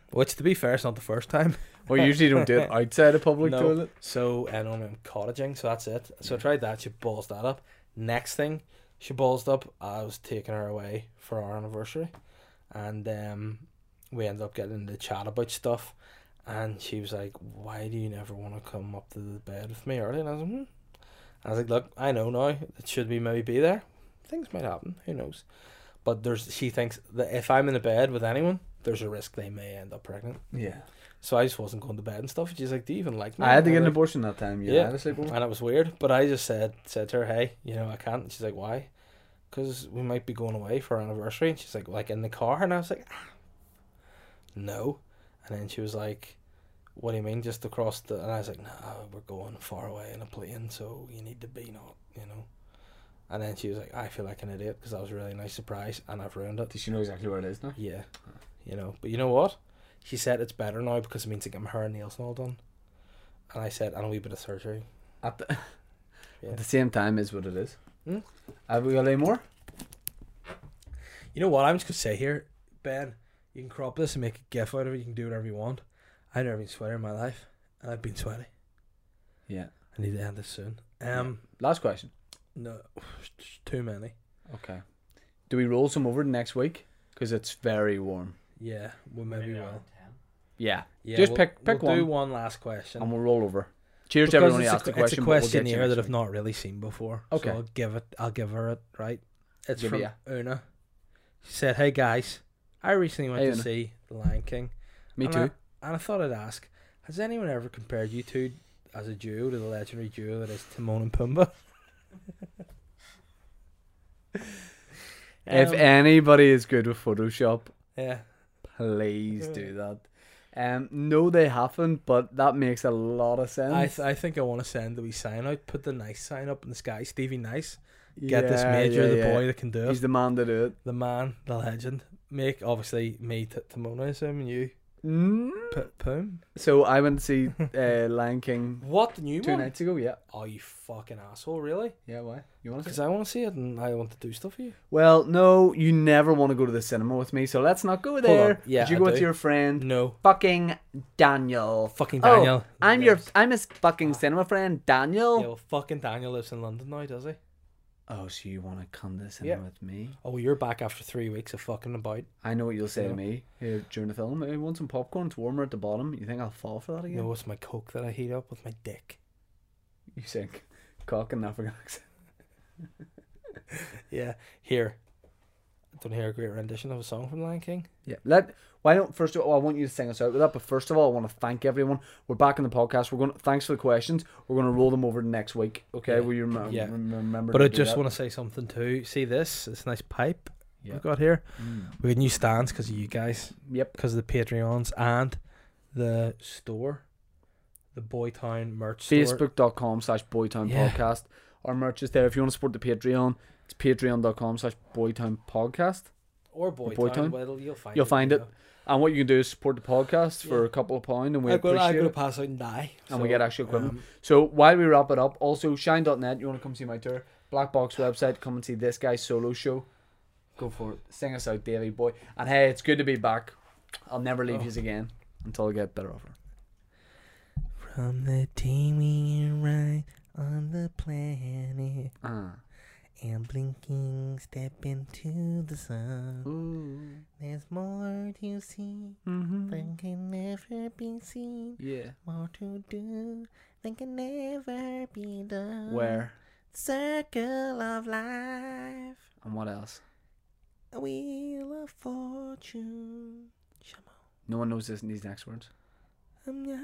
S1: which to be fair, it's not the first time.
S2: Well, you usually don't
S1: <laughs>
S2: do it outside a public
S1: No.
S2: toilet.
S1: So and I'm in cottaging, so that's it. So I tried that. She balls that up. Next thing, she balls up. I was taking her away for our anniversary, and um, we ended up getting into chat about stuff. And she was like, "Why do you never want to come up to the bed with me early?" And I was like, hmm. "I was like, look, I know now. It should be maybe be there. Things might happen. Who knows?" But there's she thinks that if I'm in the bed with anyone, there's a risk they may end up pregnant.
S2: Yeah.
S1: So I just wasn't going to bed and stuff. And she's like, "Do you even like me?"
S2: I had to
S1: And
S2: get
S1: I'm
S2: an
S1: like,
S2: abortion that time. Yeah.
S1: Yeah.
S2: I had a sleepover.
S1: and it was weird. But I just said said to her, "Hey, you know, I can't." And she's like, "Why?" Because we might be going away for our anniversary. And she's like, "Like in the car?" And I was like, "Ah, "No." And then she was like, "What do you mean, just across the?" And I was like, "Nah, we're going far away in a plane, so you need to be not, you know." And then she was like, "I feel like an idiot because that was a really nice surprise, and I've ruined it."
S2: Does she know exactly where it is now?
S1: Yeah, you know. But you know what? She said it's better now because it means I get my hair and nails and all done. And I said, and a wee bit of surgery.
S2: At the,
S1: Yeah.
S2: at the same time is what it is.
S1: Hmm?
S2: Have we got any more?
S1: You know what? I'm just gonna say here, Ben. You can crop this and make a gif out of it. You can do whatever you want. I've never been sweaty in my life, and I've been sweaty.
S2: Yeah.
S1: I need to end this soon. Um,
S2: Last question.
S1: no, <sighs> too many.
S2: Okay. Do we roll some over next week? Because it's very warm.
S1: Yeah, we maybe
S3: Maybe
S1: will.
S3: around 10.
S2: Yeah.
S1: Yeah,
S2: Just
S1: we'll-
S2: pick- pick
S1: we'll Do
S2: one.
S1: one last question.
S2: And we'll roll over. Cheers
S1: Because
S2: to everyone who
S1: it's
S2: asked
S1: a,
S2: the question.
S1: It's a
S2: but we'll
S1: question
S2: get you
S1: here
S2: next
S1: that I've
S2: week.
S1: not really seen before.
S2: Okay.
S1: So I'll give it. I'll give her it. Right. It's
S2: Give
S1: from
S2: ya.
S1: Una. She said, "Hey guys, I recently went
S2: Hey,
S1: to
S2: Una.
S1: see The Lion King.
S2: Me
S1: and
S2: too.
S1: I, and I thought I'd ask: Has anyone ever compared you two as a duo to the legendary duo that is Timon and <laughs> Pumbaa?
S2: if
S1: Um,
S2: anybody is good with Photoshop,
S1: yeah,
S2: please
S1: Yeah.
S2: do that. Um, no, they haven't, but that makes a lot of sense.
S1: I th- I think I want to send the wee sign out. Put the nice sign up in the sky. Stevie Nice, get this
S2: Yeah,
S1: major,
S2: yeah,
S1: the
S2: yeah.
S1: boy that can do it,
S2: He's the man to do it.
S1: the man, the legend. Make obviously me, T- Timon, I assume, and you,
S2: Mm.
S1: P- Pum.
S2: So I went to
S1: <laughs>
S2: see uh, Lion King
S1: What the new
S2: two
S1: one?
S2: nights ago. Yeah,
S1: Oh, you fucking asshole! Really?
S2: yeah. Why? You want
S1: Because I want to see it and I want to do stuff for you.
S2: Well, no, you never want to go to the cinema with me, so let's not go there.
S1: on. Yeah,
S2: Did you
S1: I
S2: go
S1: do.
S2: with your friend,
S1: No,
S2: fucking Daniel.
S1: fucking
S2: Oh,
S1: Daniel.
S2: I'm your, I'm his fucking cinema friend, Daniel.
S5: Oh.
S1: Yeah, well, fucking Daniel lives in London now, does he?
S2: Oh, so you want to come to the cinema
S1: Yeah.
S2: with me?
S1: Oh, you're back after three weeks of fucking about.
S2: I know what you'll say
S1: Yeah.
S2: to me here during the film. I want some popcorn. It's warmer at the bottom. You think I'll fall for that
S1: You
S2: again?
S1: know, it's my coke that I heat up with my dick. <laughs>
S2: You think cock and African accent?
S1: Yeah, here. I don't hear a great rendition of a song from Lion King.
S2: Yeah. Let why don't first of all I want you to sing us out with that, but first of all I want to thank everyone. We're back in the podcast. We're going to thanks for the questions. We're going to roll them over next week. Okay,
S1: Yeah.
S2: will you rem-
S1: Yeah.
S2: rem- remember?
S1: But
S2: to
S1: I
S2: do
S1: just
S2: that?
S1: want to say something too. See this? This nice pipe
S2: Yeah.
S1: we've got here.
S2: Mm.
S1: We had new stands because of you guys,
S2: Yep.
S1: because of the Patreons and the store, the Boytown merch store.
S2: Facebook.com slash boytown
S1: Yeah.
S2: podcast. Our merch is there. If you want to support the Patreon, it's patreon.com slash boytown podcast.
S5: or Boytown.
S2: Boytown.
S5: Well, it'll- you'll find
S2: You'll find
S5: you
S2: it.
S5: know.
S2: And what you can do is support the podcast for
S5: Yeah.
S2: a couple of pound, and we
S5: I'm gonna, I'm
S2: appreciate
S5: gonna
S2: it.
S5: pass out and die.
S2: and we
S5: So,
S2: get actual equipment.
S5: um,
S2: so while we wrap it up, also shine.net, you want to come see my tour? Black Box website, come and see this guy's solo show. Go for it. Sing us out, Davey boy. And hey, it's good to be back. I'll never leave
S5: Oh.
S2: yous again until I get better offer.
S5: From the day we arrived on the planet
S2: Ah.
S5: and blinking step into the sun, there's more to see
S2: Mm-hmm.
S5: than can never be seen,
S2: Yeah.
S5: more to do than can never be done.
S2: Where
S5: Circle of life,
S2: and what else?
S5: a wheel of fortune. Shamo.
S2: No one knows this in these next words.
S5: Um, yeah,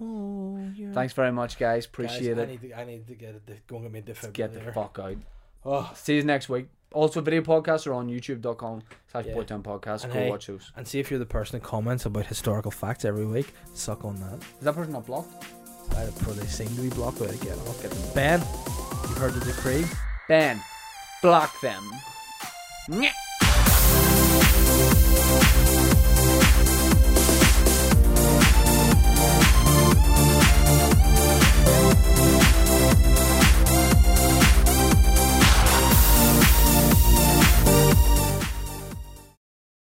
S5: yeah, yeah, yeah.
S2: Thanks very much, guys. Appreciate
S5: Mm. Guys, I
S2: it.
S5: need to, I need to get a diff- go and get me a defibrillator.
S2: Get the fuck out.
S5: Oh,
S2: See you next week. Also, video podcasts are on youtube.com slash
S5: Yeah.
S2: boytown podcast.
S5: And
S2: Go
S5: hey-
S2: watch those.
S5: and see if you're the person that comments about historical facts every week. Suck on that.
S2: Is that person not blocked?
S5: I probably seem to be blocked out again. I'll get them. Ben, you heard the decree.
S2: Ben, block them. Nyeh.